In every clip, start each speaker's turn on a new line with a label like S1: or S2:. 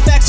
S1: facts.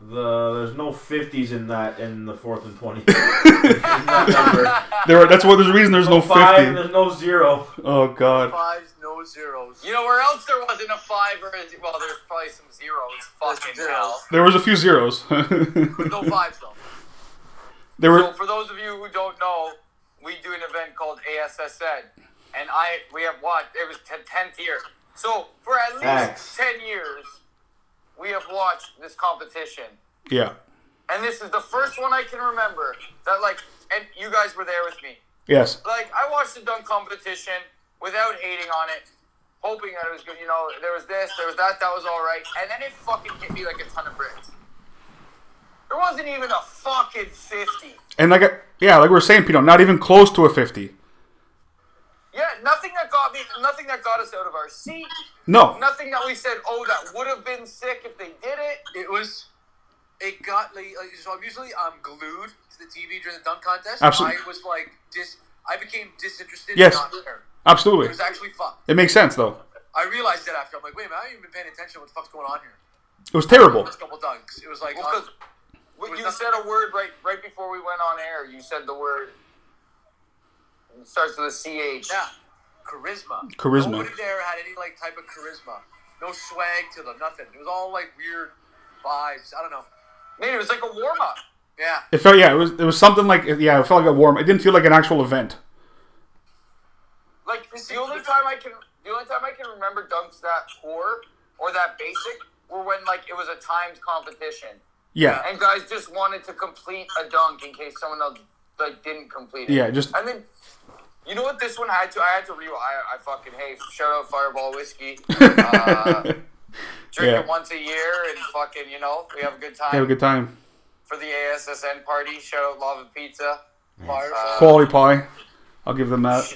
S2: The there's no fifties in that in the fourth and twenty. In that number.
S3: There, are, that's what there's a reason there's no
S2: Five.
S3: fifty.
S2: There's no zero.
S3: Oh God,
S4: fives, no zeros.
S5: You know where else there wasn't a five or a well, there's probably some zeros. Fucking
S4: zeros.
S5: hell.
S3: there was a few zeros.
S5: No fives though.
S3: there
S5: So
S3: were
S5: for those of you who don't know, we do an event called ASSN, and I we have what it was t- tenth year. So for at least
S2: Thanks.
S5: ten years, we have watched this competition,
S3: yeah,
S5: and this is the first one I can remember that like, and you guys were there with me.
S3: yes,
S5: like I watched the dunk competition without hating on it, hoping that it was good. You know, there was this, there was that, that was all right, and then it fucking hit me like a ton of bricks. There wasn't even a fucking fifty.
S3: and like I, yeah, like we were saying, Pino, not even close to a fifty.
S5: Yeah, nothing that got me, nothing that got us out of our seat,
S3: No,
S5: nothing that we said, oh, that would have been sick if they did it.
S4: It was. It got like like, so. I'm usually I'm glued to the TV during the dunk contest.
S3: Absolutely.
S4: I was like dis. I became disinterested.
S3: Yes.
S4: And not there. It
S3: absolutely,
S4: was actually fun.
S3: it makes sense though.
S4: I realized that after. I'm like, wait a minute, I haven't even been paying attention. to What the fuck's going on here?
S3: It was terrible.
S4: First couple dunks. It was like.
S5: Well, 'cause
S4: um,
S5: Well,
S4: was
S5: you
S4: nothing-
S5: said a word right right before we went on air. You said the word. It starts with a ch.
S4: yeah. Charisma.
S3: Charisma.
S4: Nobody there had any like type of charisma. No swag to them. Nothing. It was all like weird vibes. I don't know.
S5: Man, it was like a warm up.
S4: Yeah.
S3: It felt yeah, it was it was something like yeah, it felt like a warm. It didn't feel like an actual event.
S5: Like the only time I can, the only time I can remember dunks that poor or that basic were when like it was a timed competition
S3: Yeah,
S5: and guys just wanted to complete a dunk in case someone else like didn't complete it.
S3: Yeah, just-
S5: and then you know what this one had to. I had to re. I, I fucking hey shout out Fireball whiskey. Uh, drink
S3: Yeah.
S5: it once a year and fucking you know we have a good time
S3: have a good time.
S5: for the ASSN party. Shout out Lava Pizza. Uh,
S4: Fire.
S3: Quality pie, I'll give them that.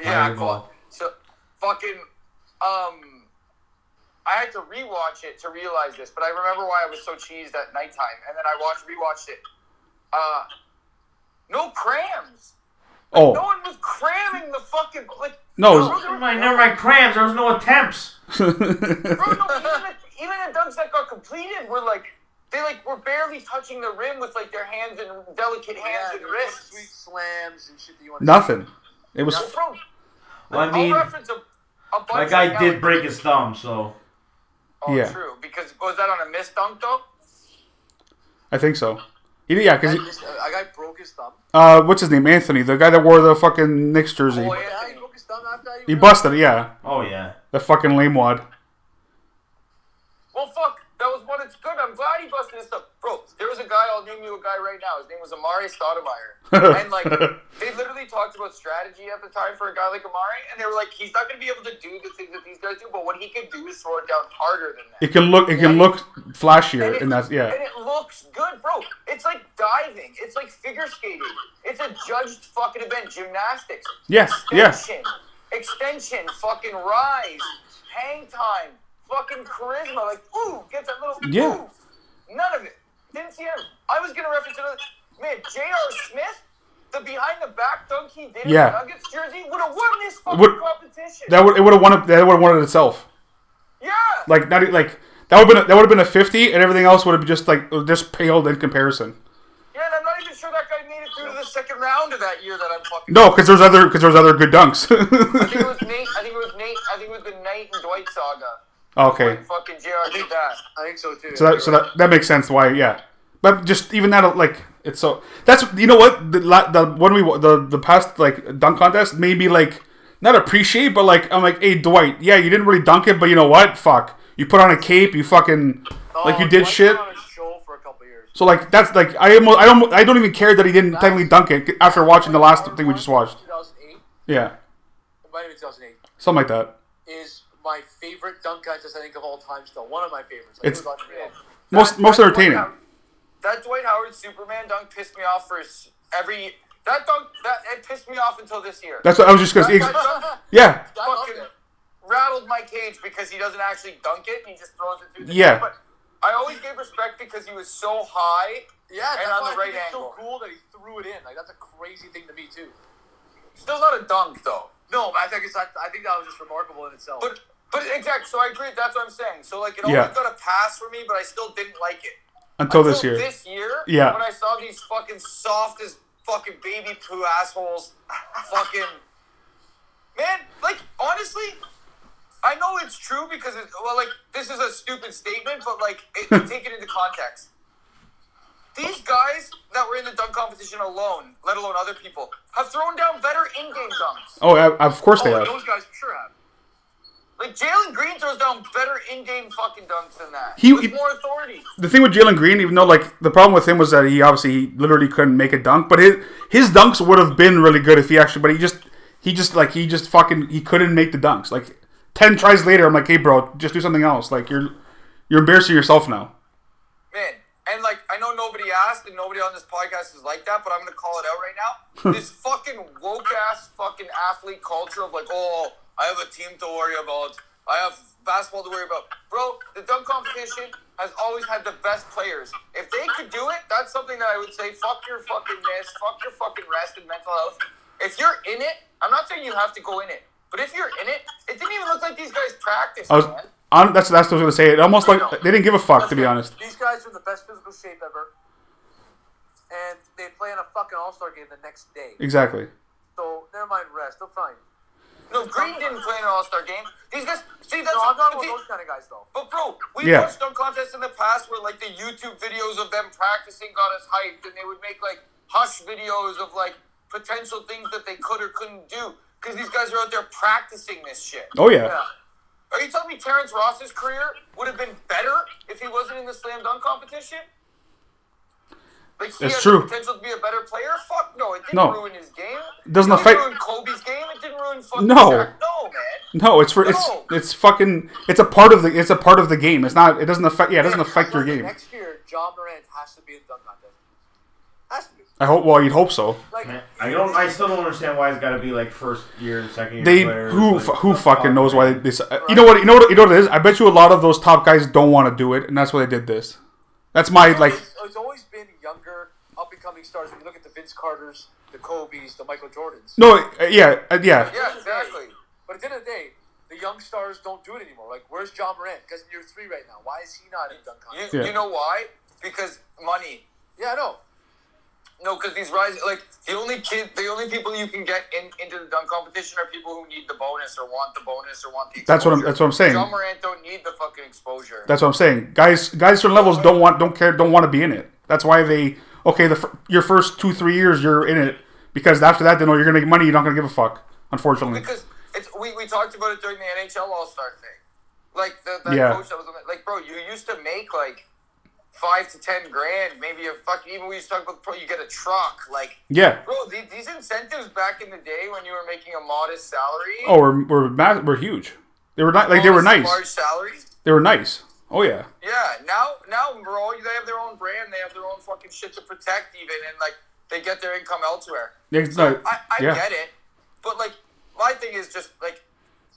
S5: Yeah,
S2: Fireball.
S5: cool. So, fucking, um, I had to rewatch it to realize this, but I remember why I was so cheesed at nighttime, and then I watched rewatched it. Uh, no crams.
S3: Oh
S5: No one was cramming the fucking like.
S3: No, it was-
S5: bro, there
S2: Never
S5: was-
S2: mind. Never mind. Crams. There was no attempts.
S5: bro, no, even, the, even the dunks that got completed were like they like were barely touching the rim with like their hands and delicate hands
S4: Yeah,
S5: and
S4: there was Sweet
S5: wrists.
S4: slams and shit that you want.
S3: nothing. It was
S5: Bro,
S2: Well, I mean,
S5: I'll reference a, a bunch.
S2: that
S5: right
S2: guy
S5: now.
S2: did break his thumb, so
S5: Oh,
S3: Yeah.
S5: true. Because was that on a missed dunk though?
S3: I think so. He- Yeah,
S4: I,
S3: because
S4: just, I guy broke his thumb.
S3: uh, what's his name? Anthony, the guy that wore the fucking Knicks jersey.
S5: Oh, yeah.
S4: Yeah, he broke his thumb after I
S3: He
S4: even-
S3: busted, yeah.
S2: oh yeah.
S3: The fucking lame wad.
S5: Well, fuck, that was what it's good. I'm glad he busted his stuff. Bro, there was a guy, I'll name you a guy right now. His name was Amari Stoudemire. and, like, they literally talked about strategy at the time for a guy like Amari, and they were like, he's not going to be able to do the things that these guys do, but what he can do is throw it down harder than that.
S3: It can look, it can look
S5: And
S3: flashier,
S5: it-
S3: and that's yeah.
S5: And it looks good, bro. It's like diving. It's like figure skating. It's a judged fucking event. Gymnastics.
S3: Yes, yeah.
S5: Extension. Extension. Fucking rise. Hang time. Fucking charisma. Like, ooh, get that little.
S3: Yeah.
S5: Ooh. None of it. Didn't see him. I was gonna reference another. Man, J.R. Smith, the behind the back dunk he did
S3: Yeah.
S5: in the Nuggets jersey would have won this fucking
S3: Would-
S5: competition.
S3: That would it would have won it. That would have won it itself.
S5: yeah.
S3: Like not e- like that would have been a, that would have been a fifty, and everything else would have just like just paled in comparison.
S5: yeah, and I'm not even sure that guy made it through to the second round of that year that I'm fucking.
S3: No, because there's other because there's other good dunks.
S5: I think it was Nate. I think it was Nate. I think it was the Nate and Dwight saga.
S3: okay,
S5: Fucking JR did that.
S4: I think so too.
S3: so that so that, that makes sense why yeah. But just even that like it's so that's you know what the la- the one we wa- the the past like dunk contest maybe like not appreciate, but like I'm like, hey Dwight, yeah, you didn't really dunk it, but you know what? Fuck, you put on a cape, you fucking like you
S4: Oh,
S3: did
S4: Dwight
S3: shit.
S4: put on a show for a couple years.
S3: So like that's like I almost, I don't I don't even care that he didn't technically dunk it after watching the last thing we just watched.
S4: 2008, it
S3: Yeah,
S4: might have been 2008,
S3: something like that.
S4: is my favorite dunk contest I think of all time. Still one of my favorites. Like,
S3: It's-
S4: it was unreal.
S3: Most most entertaining.
S5: That Dwight Howard Superman dunk pissed me off for s- every. That dunk that it pissed me off until this year.
S3: That's what I was just gonna say.
S5: that dunk
S3: Yeah,
S4: I loved
S5: fucking
S4: it.
S5: rattled my cage because he doesn't actually dunk it. He just throws it through the
S3: Yeah.
S5: net, But I always gave respect because he was so high.
S4: Yeah, that's
S5: and
S4: why
S5: on the
S4: I think
S5: right
S4: it's so
S5: angle.
S4: cool that he threw it in. Like that's a crazy thing to me too.
S5: Still not a dunk though.
S4: No, but I think it's I, I think that was just remarkable in itself.
S5: But but exactly. So I agree. That's what I'm saying. So like it
S3: Yeah.
S5: always got a pass for me, but I still didn't like it.
S3: until this year.
S5: This year.
S3: Yeah.
S5: When I saw these fucking soft as fucking baby poo assholes, fucking man, like honestly, I know it's true because it, well, like this is a stupid statement, but like it, take it into context. These guys that were in the dunk competition alone, let alone other people, have thrown down better in-game dunks.
S3: Oh, yeah, of course they
S4: oh,
S3: have.
S4: those guys for sure have.
S5: Like Jalen Green throws down better in-game fucking dunks than that.
S3: He-
S5: with more authority.
S3: the thing with Jalen Green, even though like the problem with him was that he obviously literally couldn't make a dunk, but his his dunks would have been really good if he actually, but he just he just like he just fucking he couldn't make the dunks. Like ten tries later, I'm like, hey bro, just do something else. Like you're you're embarrassing yourself now.
S5: Man, and like I know nobody asked and nobody on this podcast is like that, but I'm gonna call it out right now. this fucking woke ass fucking athlete culture of like, oh, I have a team to worry about. I have basketball to worry about. Bro, the dunk competition has always had the best players. If they could do it, that's something that I would say, fuck your fucking miss, fuck your fucking rest and mental health. If you're in it, I'm not saying you have to go in it, but if you're in it, it didn't even look like these guys practiced,
S3: I was
S5: man.
S3: on that's that's what I was gonna say. It almost like they didn't give a fuck to be honest.
S4: These guys are in the best physical shape ever, and they play in a fucking All Star game the next day.
S3: Exactly.
S4: So never mind rest. They'll find.
S5: No, Green didn't play in an All Star game. These guys, see, that's
S4: No, I'm talking
S5: see-
S4: about those kind of guys though.
S5: But Oh, bro, we
S3: Yeah.
S5: watched dunk contests in the past where like the YouTube videos of them practicing got us hyped, and they would make like hush videos of like potential things that they could or couldn't do because these guys are out there practicing this shit.
S3: Oh yeah.
S5: Are you telling me Terrence Ross's career would have been better if he wasn't in the slam dunk competition? Like he
S3: That's
S5: has
S3: true.
S5: the potential to be a better player. Fuck no, it didn't
S3: No.
S5: ruin his game.
S3: Doesn't
S5: it didn't
S3: affect-
S5: ruin Kobe's game. It didn't ruin fucking
S3: No.
S5: Shaq. no man.
S3: No, it's for it's
S5: No.
S3: it's fucking it's a part of the it's a part of the game. It's not it doesn't affect yeah, it doesn't affect your
S4: So the
S3: game.
S4: Next year, John Morant has to be in the dunk contest. Has to be.
S3: I hope well you'd hope so.
S4: Like
S2: I don't. I still don't understand why it's got to be like first year and second year.
S3: They
S2: players,
S3: who
S2: like,
S3: fu- who
S2: fuck
S3: fucking
S2: off,
S3: knows
S2: man.
S3: why they, they uh, you know what you know what you know what it is. I bet you a lot of those top guys don't want to do it, and that's why they did this. That's my like
S4: it's, it's always been younger, up and coming stars. If you look at the Vince Carters, the Kobe's, the Michael Jordans.
S3: no uh, yeah uh, yeah
S5: Yeah, exactly.
S4: But at the end of the day, the young stars don't do it anymore. Like, where's John Morant? Because in year three right now, why is he not in dunk
S5: You,
S4: contest?
S3: Yeah.
S5: you know why? Because money.
S4: Yeah, I know.
S5: No, because these rise like the only kid, the only people you can get in, into the dunk competition are people who need the bonus or want the bonus or want the. Exposure.
S3: That's what I'm- that's what I'm saying.
S5: John Morant don't need the fucking exposure.
S3: that's what I'm saying. Guys guys certain levels don't want don't care don't want to be in it. That's why they okay the fir- your first two three years you're in it because after that they know you're gonna make money. You're not gonna give a fuck. Unfortunately,
S5: because it's we, we talked about it during the NHL All Star thing. Like the, that
S3: Yeah.
S5: coach that was on the, like, bro, you used to make like five to ten grand, maybe a fuck. Even we used to talk about pro, you get a truck, like.
S3: yeah.
S5: Bro, the- these incentives back in the day when you were making a modest salary,
S3: Oh, we're we're, ma- we're huge. They were not like they were
S5: modest,
S3: nice.
S5: large salaries.
S3: They were nice. Oh yeah.
S5: Yeah, now now bro, they have their own brand, they have their own fucking shit to protect even and like they get their income elsewhere.
S3: Yeah, no,
S5: I, I
S3: yeah.
S5: get it. But like my thing is just like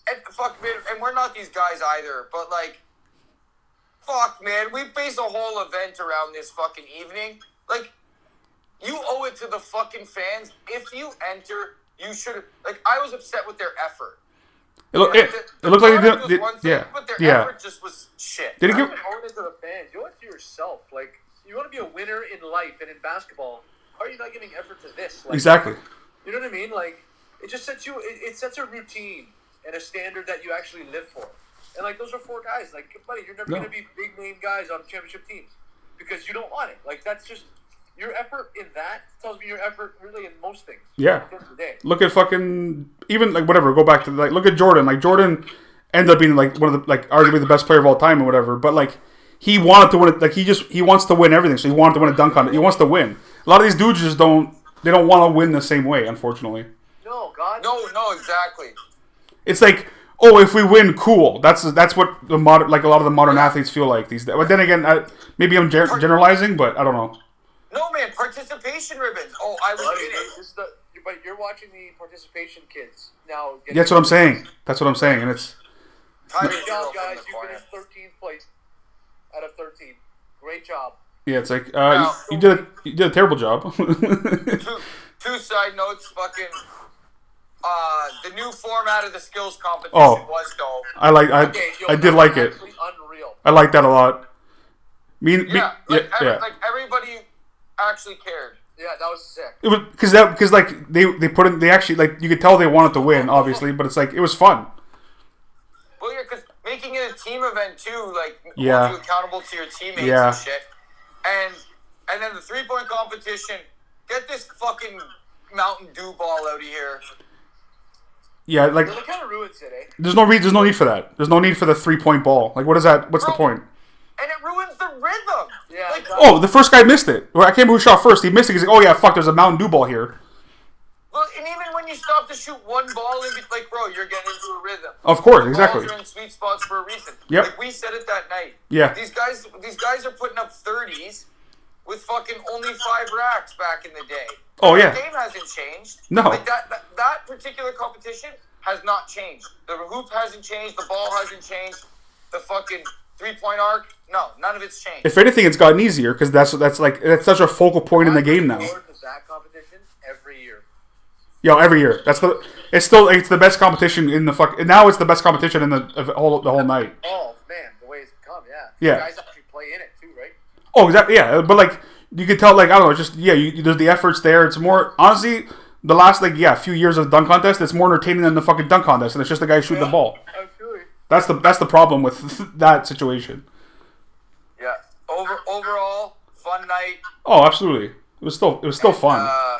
S5: and fuck man and we're not these guys either, but like fuck man, we base a whole event around this fucking evening. Like you owe it to the fucking fans. If you enter, you should like I was upset with their effort.
S3: It, look, it, it looked like they didn't.
S5: product
S3: They,
S5: was one thing,
S3: yeah,
S5: but their
S3: yeah.
S5: effort just was shit.
S3: Did it
S4: You
S3: give?
S4: don't own it to the fans. You owe it to yourself. Like, you want to be a winner in life and in basketball. How are you not giving effort to this? Like,
S3: Exactly.
S4: You know what I mean? Like, it just sets you. It, it sets a routine and a standard that you actually live for. And like, those are four guys. Like, buddy, you're never
S3: No.
S4: gonna be big name guys on championship teams because you don't want it. Like, that's just your effort in that tells me your effort really in most things.
S3: Yeah.
S4: At the end of the day.
S3: Look at fucking even like whatever. Go back to like look at Jordan. Like Jordan ended up being like one of the like arguably the best player of all time or whatever. But like he wanted to win it. Like he just he wants to win everything. So he wanted to win a dunk on it. He wants to win. A lot of these dudes just don't. They don't want to win the same way. Unfortunately,
S4: No, God.
S5: No, no, exactly.
S3: it's like oh, if we win, cool. That's that's what the modern like a lot of the modern athletes feel like these days. But then again, I, maybe I'm ger- generalizing, but I don't know.
S5: No, man, participation ribbons. Oh, I was
S4: Buddy,
S5: in it.
S4: this is the, but you're watching the participation kids now. Get
S3: That's what I'm saying. That's what I'm saying, and it's
S5: Tyler
S4: Good
S5: Hero
S4: job,
S5: from
S4: guys.
S5: the
S4: You
S5: corner.
S4: finished 13th place out of 13. Great job.
S3: yeah, it's like uh, you, you did a, you did a terrible job.
S5: two, two side notes. Fucking uh, the new format of the skills competition
S3: Oh.
S5: was dope.
S3: I like I
S4: Okay, yo,
S3: I did
S4: that
S3: like
S4: was
S3: it.
S4: actually Unreal.
S3: I like that a lot. Me, me
S5: Yeah,
S3: yeah,
S5: like, every,
S3: yeah.
S5: like everybody actually cared.
S4: Yeah, that was sick.
S3: it was because that because like they they put in they actually like you could tell they wanted to win obviously, but it's like it was fun.
S5: Well, yeah, because making it a team event too, like holds
S3: Yeah.
S5: you accountable to your teammates
S3: Yeah.
S5: and shit. And and then the three point competition. Get this fucking Mountain Dew ball out of here.
S3: Yeah, like
S4: It kind of ruins it, eh?
S3: there's no re- there's no need for that. There's no need for the three point ball. Like what is that? What's the point?
S5: And it ruins the rhythm.
S4: Yeah,
S5: Like,
S4: exactly.
S3: Oh, the first guy missed it. Or I can't remember who shot first. He missed it. He's like, oh yeah, fuck. There's a Mountain Dew ball here.
S5: well, and even when you stop to shoot one ball, in be- like, bro, you're getting into a rhythm.
S3: Of course, exactly.
S5: Balls are in sweet spots for a reason.
S3: Yep.
S5: Like we said it that night.
S3: Yeah.
S5: These guys, these guys are putting up thirties with fucking only five racks back in the day.
S3: Oh, yeah.
S5: The game hasn't changed.
S3: No.
S5: Like that, that that particular competition has not changed. The hoop hasn't changed. The ball hasn't changed. The fucking three point arc. No, none of it's changed.
S3: If anything, it's gotten easier because that's that's like that's such a focal point in the game now.
S4: I look forward to that competition every year.
S3: Yo, every year. That's the. It's still. It's the best competition in the fuck. Now it's the best competition in the of whole the whole night.
S4: Oh man, the way it's come, yeah.
S3: Yeah.
S4: You guys actually play in it too, right?
S3: Oh, exactly. Yeah, but like you could tell, like I don't know, just yeah, you, there's the efforts there. It's more honestly the last like yeah few years of dunk contest. It's more entertaining than the fucking dunk contest, and it's just the guy shooting the ball.
S4: Absolutely.
S3: That's the that's the problem with that situation.
S5: yeah. Over overall, fun night.
S3: Oh, absolutely. It was still it was still fun.
S5: uh,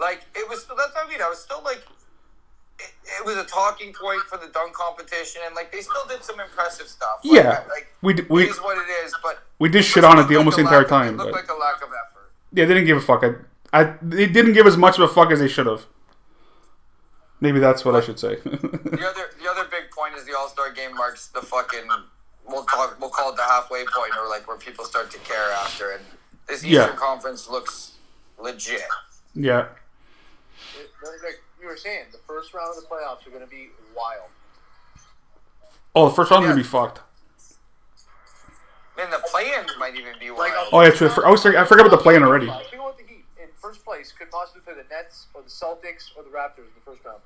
S5: like it was that's what I mean. I was still like it, it was a talking point for the dunk competition, and like they still did some impressive stuff. Like,
S3: Yeah.
S5: I- like
S3: We d- we-
S5: it is what it is, but
S3: we did shit
S5: it
S3: on it
S5: looked
S3: the
S5: like
S3: almost
S5: a
S3: the entire
S5: lack-
S3: time,
S5: It looked
S3: but
S5: like a lack of effort.
S3: yeah, they didn't give a fuck. I, I they didn't give as much of a fuck as they should have. Maybe that's what I should say.
S5: The other the other big point is the All Star game marks the fucking we'll talk we'll call it the halfway point or like where people start to care after, and this
S3: Yeah.
S5: Eastern Conference looks legit.
S3: yeah.
S4: It- Like you were saying, the first round of the playoffs are going to be wild.
S3: Oh, the first round's gonna be fucked.
S5: And the play-ins might even be wild.
S4: Like,
S3: Oh yeah, true. I was I forgot about the play-in already.
S4: I think about the Heat in first place could possibly play the Nets or the Celtics or the Raptors in the first round.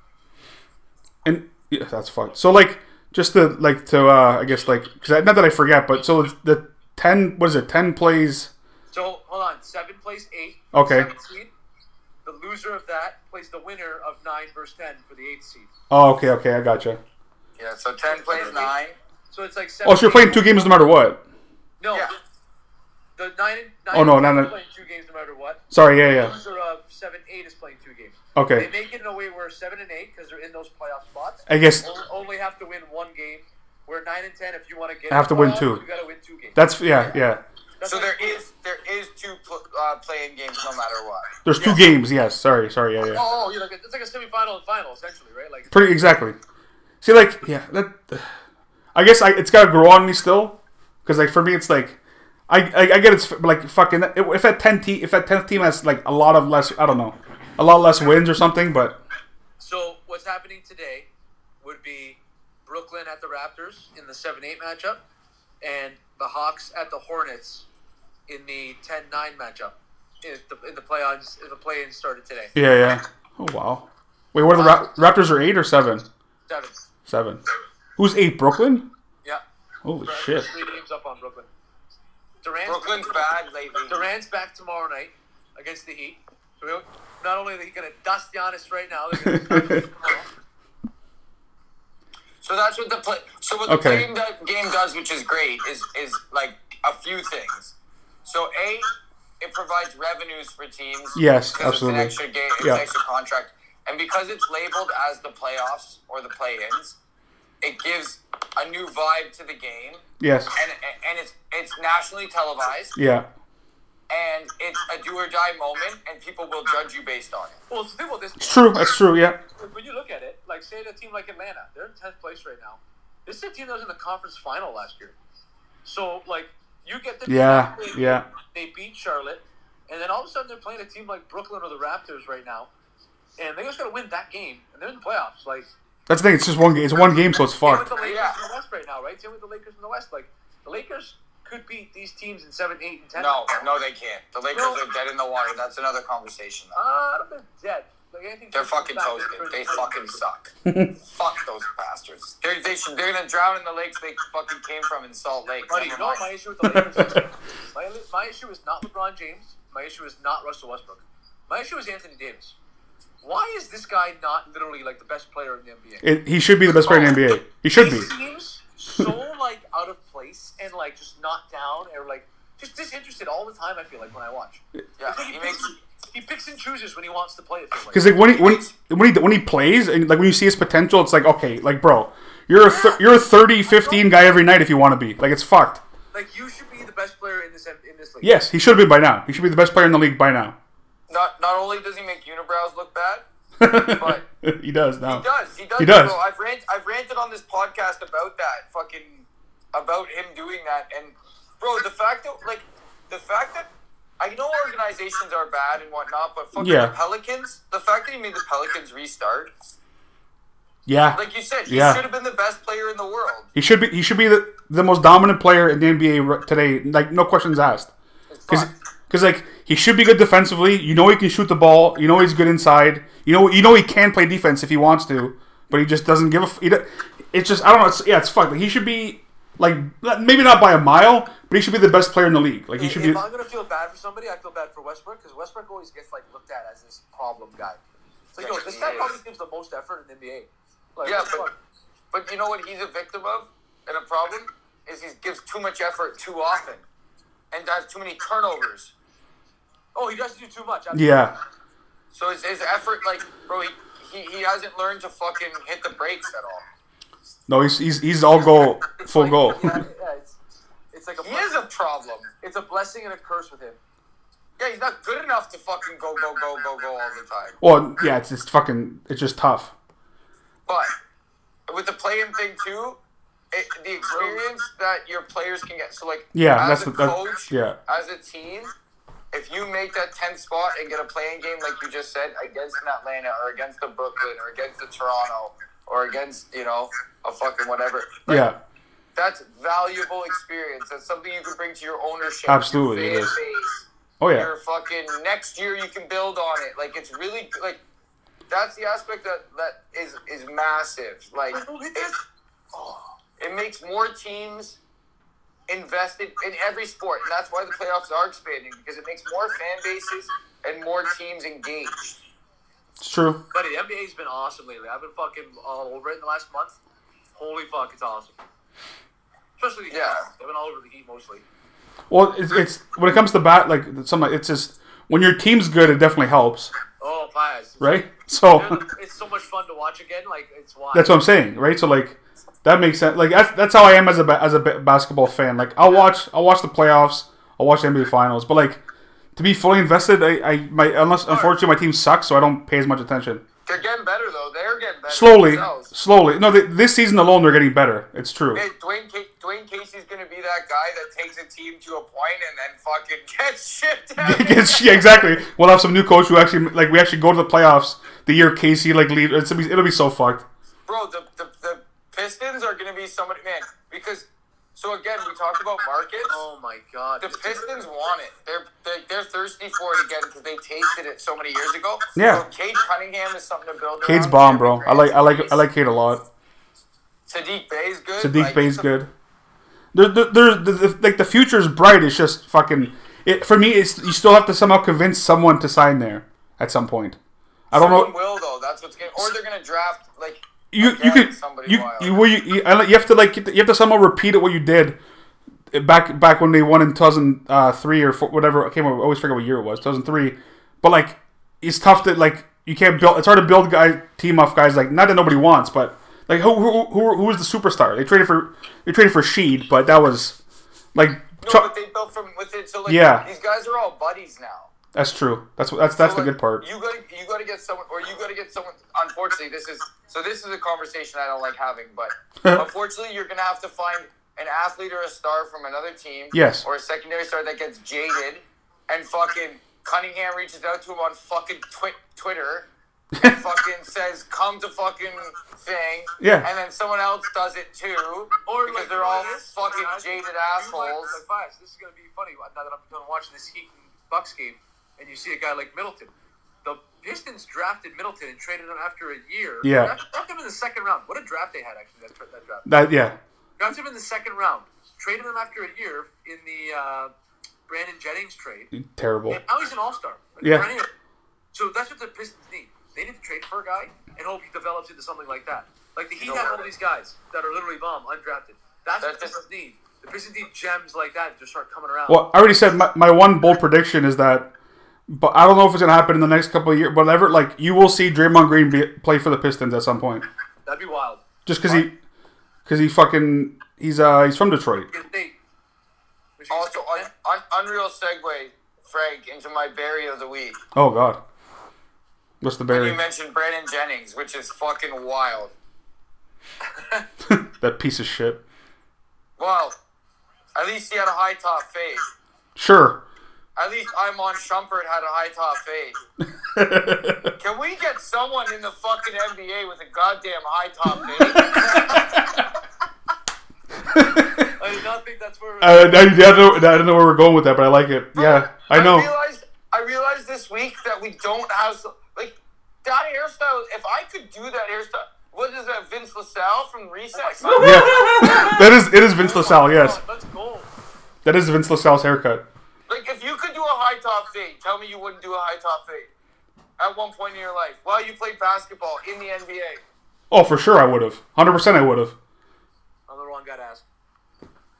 S3: and yeah, that's fun. So like, just to like to uh, I guess like because not that I forget, but so it's the ten what is it ten plays?
S4: So hold on, seven plays eight.
S3: Okay.
S4: Seventh seed. The loser of that plays the winner of nine versus ten for the eighth seed.
S3: Oh, okay, okay, I gotcha.
S5: yeah, so ten plays nine.
S4: So it's like seven.
S3: Oh, so you're playing two games no matter what.
S4: No.
S5: Yeah.
S4: The nine and nine.
S3: Oh, no, no,
S4: and ten
S3: no.
S4: are Playing two games no matter what.
S3: Sorry, yeah, yeah.
S4: Loser of seven eight is playing two games.
S3: Okay.
S4: They make it in a way where seven and eight because they're in those playoff spots.
S3: I guess
S4: on- only have to win one game. Where nine and ten, if you want to get,
S3: Have
S4: in
S3: to win
S4: playoffs,
S3: two.
S4: You got to win two games.
S3: that's yeah, yeah.
S4: That's
S5: So
S4: what
S5: there
S4: it's cool.
S5: is there is two pl- uh, playing games no matter what.
S3: There's two games. Yes, sorry, sorry, yeah, yeah.
S4: Oh, oh, you're like it's like a semifinal and final essentially, right? Like
S3: Pretty exactly. See, like yeah, that. I guess I, it's gotta grow on me still, because like for me it's like. I, I, I get it's like fucking if that ten te- if that tenth team has like a lot of less I don't know a lot less wins or something but
S4: So what's happening today would be Brooklyn at the Raptors in the seven eight matchup, and the Hawks at the Hornets in the 10-9 matchup. If the in the play-ons, if the play-in started today,
S3: Yeah, yeah. Oh wow. Wait, what are the Rap- Raptors are eight or seven?
S4: seven.
S3: Seven. Who's eight? Brooklyn.
S4: Yeah,
S3: Holy shit.
S4: three games up on Brooklyn. Durant's
S5: Brooklyn's bad lately.
S4: Durant's back tomorrow night against the Heat. So we- Not only are they going to dust Giannis right now, they're going to
S5: So that's what the play. So what the
S3: Okay.
S5: playing do- game does, which is great, is is like a few things. So a, it provides revenues for teams.
S3: Yes,
S5: 'cause
S3: absolutely.
S5: It's an extra game. It's
S3: Yeah.
S5: an extra contract. And because it's labeled as the playoffs or the play-ins, it gives a new vibe to the game,
S3: Yes.
S5: and and it's it's nationally televised,
S3: Yeah.
S5: and it's a do or die moment, and people will judge you based on it.
S4: Well, still this
S3: It's true. That's true. Yeah.
S4: when you look at it, like say a team like Atlanta, they're in tenth place right now. This is a team that was in the conference final last year. So like you get them.
S3: Yeah, yeah.
S4: They beat Charlotte, and then all of a sudden they're playing a team like Brooklyn or the Raptors right now, and they just got to win that game, and they're in the playoffs. Like
S3: That's the thing. It's just one game. It's one game, so it's
S4: same with
S3: fucked.
S4: the Lakers
S5: Yeah.
S4: in the West right now, right? Same with the Lakers in the West. Like the Lakers could beat these teams in seven, eight, and ten.
S5: No, no, they can't. The Lakers are dead in the water. That's another conversation. Though.
S4: Uh, I don't think they're dead. Like, I think
S5: They're fucking toasted. They fucking suck. Fuck those bastards. They're, they should, they're gonna drown in the lakes they fucking came from in Salt Lake.
S4: Buddy, you
S5: Never
S4: know what
S5: mind.
S4: my issue with the Lakers is? My, my issue is not LeBron James. My issue is not Russell Westbrook. My issue is Anthony Davis. Why is this guy not literally like the best player in the NBA?
S3: It, he should be the best player in the NBA. He should be.
S4: He seems so like out of place and like just not down or like just disinterested all the time. I feel like when I watch,
S5: Yeah,
S4: It's like
S5: he
S4: he,
S5: makes.
S4: picks, he picks and chooses when he wants to play. It feels like.
S3: Because like when he when he, when he when he plays and like when you see his potential, it's like okay, like bro, you're a th- you're a 30, 15 guy every night if you want to be. Like it's fucked.
S4: like you should be the best player in this in this league.
S3: Yes, he should be by now. He should be the best player in the league by now.
S5: Not not only does he make unibrows look bad, but
S3: he does now.
S5: he does. He does.
S3: He does.
S5: Bro, I've rant, I've ranted on this podcast about that fucking about him doing that, and bro, the fact that like the fact that. I know organizations are bad and whatnot, but fucking
S3: Yeah.
S5: the Pelicans, the fact that he made the Pelicans restart,
S3: Yeah.
S5: like you said, he
S3: Yeah.
S5: should have been the best player in the world.
S3: He should be. He should be the, the most dominant player in the NBA r- today. Like no questions asked. Because like he should be good defensively. You know he can shoot the ball. You know he's good inside. You know you know he can play defense if he wants to, but he just doesn't give a. F- he do- it's just I don't know. It's, yeah, it's fucked. Like, he should be like maybe not by a mile, but he should be the best player in the league. Like he should be.
S4: If I'm gonna feel bad for somebody, I feel bad for Westbrook because Westbrook always gets like looked at as this problem guy. It's like, yo, this guy probably gives the most effort in the NBA. Like,
S5: Yeah,
S4: what the
S5: but-
S4: fuck?
S5: But you know what he's a victim of and a problem is he gives too much effort too often and has too many turnovers.
S4: oh, he doesn't do too much. I mean,
S3: Yeah,
S5: So his, his effort, like, bro, he, he, he hasn't learned to fucking hit the brakes at all.
S3: no, he's he's, he's all goal, full goal.
S4: yeah, yeah, it's, it's like a
S5: He is
S4: blessing.
S5: a problem.
S4: it's a blessing and a curse with him.
S5: Yeah, he's not good enough to fucking go, go, go, go, go all the time.
S3: well, yeah, it's it's fucking it's just tough.
S5: But with the play-in thing too, it, the experience that your players can get. So like,
S3: Yeah,
S5: as
S3: that's
S5: a
S3: the- that-
S5: coach,
S3: yeah.
S5: as a team, if you make that 10th spot and get a play-in game, like you just said, against an Atlanta or against the Brooklyn or against the Toronto or against you know a fucking whatever, like,
S3: Yeah,
S5: that's valuable experience. That's something you can bring to your ownership.
S3: Absolutely,
S5: your
S3: it
S5: fan
S3: is.
S5: base,
S3: oh yeah,
S5: your fucking next year you can build on it. Like it's really like that's the aspect that that is is massive. Like it, it makes more teams invested in every sport, and that's why the playoffs are expanding because it makes more fan bases and more teams engaged.
S3: it's true.
S4: Buddy, the NBA's been awesome lately. I've been fucking all over it in the last month. Holy fuck, it's awesome. Especially the
S5: Yeah.
S4: Heat. I've been all over the Heat mostly.
S3: Well, it's, it's when it comes to bat, like something. It's just when your team's good, it definitely helps,
S4: Oh, Pies.
S3: right? So.
S4: It's so much fun to watch again. Like, it's wild.
S3: That's what I'm saying, right? So like that makes sense. Like that's that's how I am as a ba- as a ba- basketball fan. Like I'll watch I'll watch the playoffs, I'll watch the NBA finals, but like to be fully invested, I, I my unless unfortunately my team sucks, so I don't pay as much attention.
S5: They're getting better though. They're getting better
S3: Slowly,
S5: themselves.
S3: slowly. No, th this season alone they're getting better. It's true.
S5: Hey, Dwayne, Ca- Dwayne Casey's gonna be that guy that takes a team to a point and then fucking gets shipped out.
S3: It's- yeah, exactly. We'll have some new coach who actually like we actually go to the playoffs the year Casey like leave. It's, it'll be- it'll be so fucked.
S5: bro, the, the, the Pistons are going to be somebody, man, because, so again, we talked about markets.
S4: Oh my god.
S5: The Pistons want it. They're, they're, they're thirsty for it again because they tasted it so many years ago.
S3: Yeah.
S5: So Cade Cunningham is something to build
S3: Cade's
S5: around.
S4: Um,
S3: bomb, bro. I like I like I like Cade a lot.
S5: Sadiq Bay's good.
S3: Sadiq
S5: like,
S3: Bay's
S5: it's a-
S3: good. There, there, there, the, the, like the future is bright. It's just fucking. It, for me, it's you still have to somehow convince someone to sign there at some point. I don't
S5: Someone
S3: know.
S5: will, though. That's what's going to, or they're going to draft, like,
S3: You you
S5: again,
S3: could
S5: somebody
S3: you
S5: wild.
S3: you, well, you you I like- you have to like you have to somehow repeat it what you did back back when they won in two thousand uh, three or four, whatever. I can't remember, I always forget what year it was. Two thousand three, but like it's tough to like you can't build. It's hard to build guy team off guys like not that nobody wants, but like who who who, who was the superstar? They traded for they traded for Sheed, but that was like
S5: No,
S3: Chu-
S5: but they built from within. So like,
S3: Yeah.
S5: these guys are all buddies now.
S3: that's true. That's what that's that's the
S5: Like,
S3: good part.
S5: You got to you got to get someone, or you got to get someone. Unfortunately, this is so. This is a conversation I don't like having, but unfortunately, you're gonna have to find an athlete or a star from another team,
S3: Yes.
S5: or a secondary star that gets jaded, and fucking Cunningham reaches out to him on fucking twi- Twitter. and fucking says, "Come to fucking thing,"
S3: Yeah.
S5: and then someone else does it too,
S4: Or
S5: because
S4: like,
S5: they're all
S4: this,
S5: fucking
S4: uh,
S5: jaded
S4: you might
S5: assholes.
S4: advise, This is gonna be funny. Now that I'm done watching this Heat and Bucks game, and you see a guy like Middleton. The Pistons drafted Middleton and traded him after a year.
S3: Yeah.
S4: Draft- drafted him in the second round. What a draft they had actually. That, that draft.
S3: That yeah,
S4: Drafted him in the second round. Traded him after a year in the uh, Brandon Jennings trade.
S3: terrible.
S4: And now he's an all star.
S3: Yeah.
S4: So that's what the Pistons need. They need to trade for a guy and hope he develops into something like that. Like the Heat
S5: know
S4: have
S5: what?
S4: all these guys that are literally bomb, undrafted. That's what
S5: That's
S4: the Pistons need. The Pistons need gems like that to just start coming around.
S3: Well, I already said my, my one bold prediction is that, but I don't know if it's gonna happen in the next couple of years. Whatever, like you will see Draymond Green be, play for the Pistons at some point,
S4: That'd be wild.
S3: just because he, because he fucking he's uh he's from Detroit.
S4: Michigan State. Michigan
S5: Also,
S4: State.
S5: un- un- unreal segue, Frank, into my berry of the week.
S3: Oh God, what's the
S5: You
S3: berry?
S5: mentioned Brandon Jennings, which is fucking wild.
S3: That piece of shit.
S5: Well, at least he had a high top fade.
S3: Sure.
S5: At least Imon Shumpert had a high top fade. Can we get someone in the fucking NBA with a goddamn high top fade?
S4: I did not think that's where.
S3: I, I, I don't know, I don't know where we're going with that, but I like it. Yeah, I
S5: I
S3: know.
S5: realized, I realized this week that we don't have so- like that hairstyle. If I could do that hairstyle, what is that? Vince LaSalle from Recess.
S3: Yeah, that is it is Vince LaSalle. Yes,
S4: Oh, Let's go.
S3: that is Vince LaSalle's haircut.
S5: Like, if you could do a high top fade, tell me you wouldn't do a high top fade at one point in your life while you played basketball in the NBA.
S3: Oh, for sure, I would have. Hundred percent, I would have.
S4: I'm the wrong guy to ask.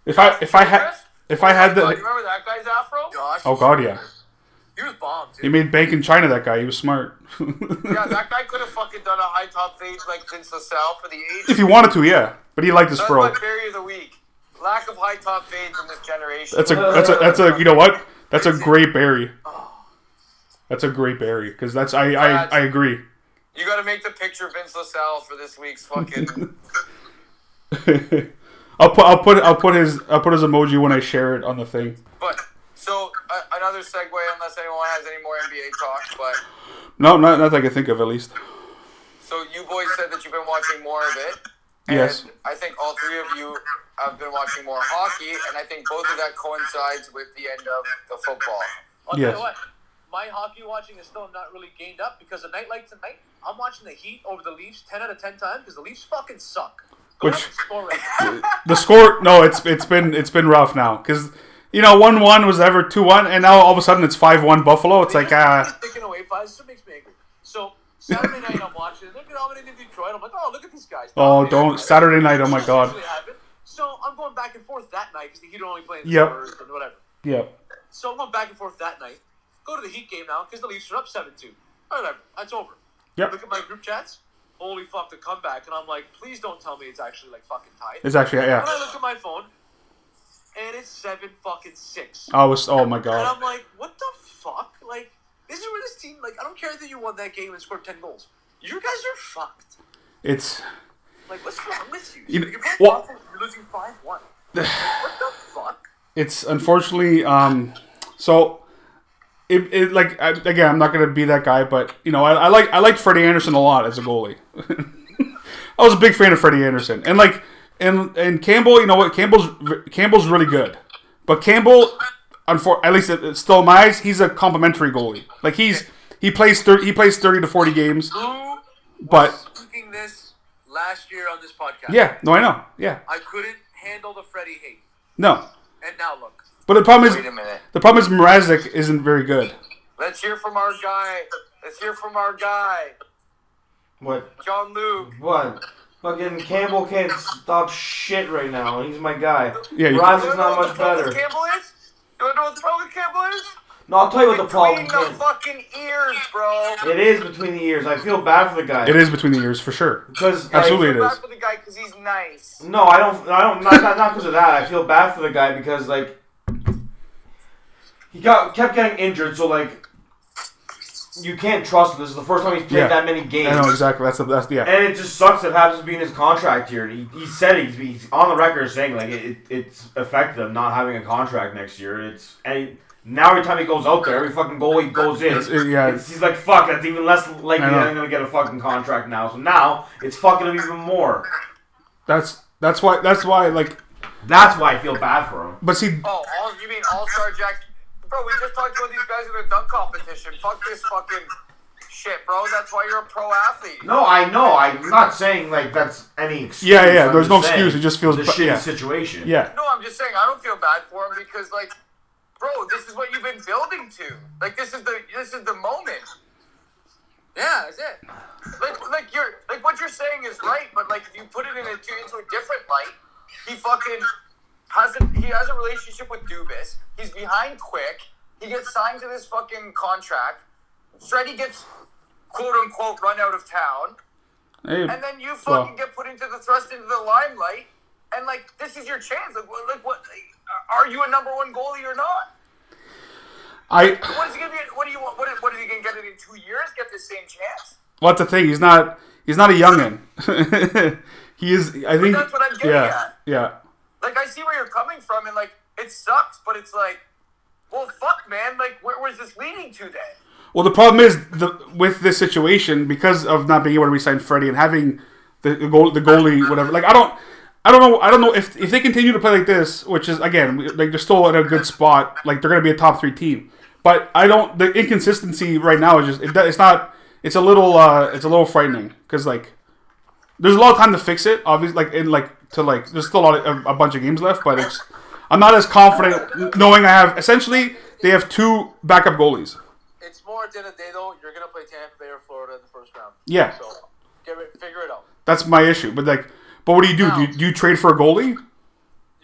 S3: If I if I had if I had
S5: Oh, you
S3: the
S5: remember that guy's afro?
S4: Josh.
S3: oh God, yeah.
S4: He was bombed,
S3: He
S4: dude.
S3: made bank in China. That guy. He was smart.
S5: Yeah, that guy could have fucking done a high top fade like Vince LaSalle for the
S3: if
S5: ages.
S3: he wanted to, yeah. But he liked his
S5: That's
S3: fro.
S5: my theory of the week. Lack of high top fades in this generation.
S3: That's a that's a that's a you know what? That's a great berry. That's a great berry because that's I, I I agree.
S5: you got to make the picture of Vince LaSalle for this week's fucking.
S3: I'll put I'll put I'll put his I'll put his emoji when I share it on the thing.
S5: but so uh, another segue, unless anyone has any more NBA talk, but.
S3: No, not not that I can think of at least.
S5: So you boys said that you've been watching more of it. And
S3: Yes.
S5: I think all three of you have been watching more hockey, and I think both of that coincides with the end of the football.
S4: I'll
S3: Yes.
S4: tell you what, my hockey watching is still not really gained up because a night like tonight, I'm watching the Heat over the Leafs 10 out of 10 times because the Leafs fucking suck. Go
S3: Which-
S4: ahead and score right now.
S3: The score no, it's it's been it's been rough now because you know one one was ever two one and now all of a sudden it's five one Buffalo. It's like
S4: They're
S3: ah
S4: just taking away five, so it makes me angry. So Saturday night I'm watching, they're dominating Detroit. I'm like, oh, look at these guys.
S3: oh don't Saturday night. Oh my
S4: This
S3: God.
S4: actually happened. So I'm going back and forth that night because the Heat are only playing the
S3: Yep.
S4: Spurs and whatever.
S3: Yeah.
S4: So I'm going back and forth that night. Go to the Heat game now because the Leafs are up 7 2. Whatever. That's over.
S3: Yep.
S4: Look at my group chats. Holy fuck, the comeback. And I'm like, please don't tell me it's actually like fucking tied.
S3: It's actually
S4: And I
S3: yeah.
S4: look at my phone and it's 7 fucking 6.
S3: I was oh my
S4: And
S3: god.
S4: I'm like, what the fuck? Like, this is where this team, like, I don't care that you won that game and scored 10 goals. You guys are fucked.
S3: It's
S4: Like, what's wrong with you?
S3: You know,
S4: You're, playing
S3: what-
S4: Boston, you're losing 5 1. what the fuck?
S3: it's unfortunately um so it, it like I, again i'm not gonna be that guy but you know i, I like i liked freddie anderson a lot as a goalie i was a big fan of freddie anderson and like and and campbell you know what campbell's campbell's really good but campbell unfor- at least it- it's still in my eyes he's a complimentary goalie like he's he plays 30 he plays 30 to 40 games
S4: Who
S3: but
S4: speaking this last year on this podcast?
S3: yeah no i know yeah
S4: I couldn't handle the Freddie hate.
S3: no
S4: And now look.
S3: but the problem
S5: Wait a
S3: is
S5: minute.
S3: the problem is Mrazek isn't very good
S5: Let's hear from our guy. Let's hear from our guy,
S2: What?
S5: John Luke.
S2: What? Fucking Campbell can't stop shit right now. He's my guy.
S3: Yeah, you-
S2: Roz
S5: You
S2: is
S5: wanna know
S2: not
S5: what
S2: much
S5: the problem with
S2: better.
S5: Campbell is? You wanna know what the problem with Campbell is?
S2: No, I'll tell you what the problem
S5: Between the fucking ears, bro.
S2: is. It is between the ears. I feel bad for the guy.
S3: It is between the ears for sure.
S2: because like,
S3: Absolutely, it
S5: Back
S3: is.
S5: for the guy because he's nice.
S2: No, I don't. I don't. Not not because of that. I feel bad for the guy because like he got kept getting injured. So like you can't trust him. This is the first time he's played
S3: Yeah.
S2: that many games.
S3: I know exactly. That's the that's the yeah.
S2: And it just sucks that happens to be in his contract here. He, he said it, he's, he's on the record saying like it, it it's affected him not having a contract next year. It's and now every time he goes out there, every fucking goal he goes in,
S3: It's- it- yeah.
S2: it's- he's like fuck. That's even less likely
S3: I
S2: that
S3: know.
S2: I'm gonna get a fucking contract now. So now it's fucking him even more.
S3: That's that's why that's why like.
S2: That's why I feel bad for him.
S3: But see,
S5: Oh, all you mean All Star Jack? Bro, we just talked about these guys in the dunk competition. Fuck this fucking shit, bro. That's why you're a pro athlete.
S2: No, I know. I'm not saying like that's any excuse.
S3: Yeah, yeah,
S2: I'm
S3: there's
S2: just
S3: no
S2: saying
S3: excuse, it just feels
S2: the
S3: bu-
S2: shitty
S3: yeah.
S2: situation.
S3: yeah,
S5: No, I'm just saying I don't feel bad for him because like, bro, this is what you've been building to. Like this is the this is the moment. Yeah, that's it. Like like you're like what you're saying is right, but like if you put it in a, to- into a different light, he fucking has a he has a relationship with Dubis. He's behind quick. He gets signed to this fucking contract. Freddie gets quote unquote run out of town.
S3: Hey,
S5: And then you
S3: Well-
S5: fucking get put into the thrust into the limelight, and like this is your chance. Like, what, like what? Are you a number one goalie or not?
S3: I.
S5: What is he gonna get? What do you want? What, is- what is he gonna get in two years? Get the same chance?
S3: Well, that's the thing. He's not. He's not a youngin. he is. I think.
S5: that's what I'm getting
S3: yeah,
S5: at.
S3: yeah.
S5: Like I see where you're coming from, and like it sucks, but it's like, well, fuck, man. Like where was this leading to then?
S3: Well, the problem is the, with this situation because of not being able to resign Freddie and having the, the goal, the goalie, whatever. Like I don't, I don't know, I don't know if if they continue to play like this, which is again we- like they're still in a good spot. Like they're going to be a top three team, but I don't. The inconsistency right now is just it, it's not. It's a little. uh It's a little frightening because like there's a lot of time to fix it. Obviously, like in like to like there's still a, lot of, a bunch of games left, but it's I'm not as confident knowing I have essentially they have two backup goalies.
S4: It's more at the end of the day, though. You're gonna play Tampa Bay or Florida in the first round.
S3: Yeah.
S4: So get it, figure it out.
S3: That's my issue. But like, but what do you do? Do you, do you trade for a goalie?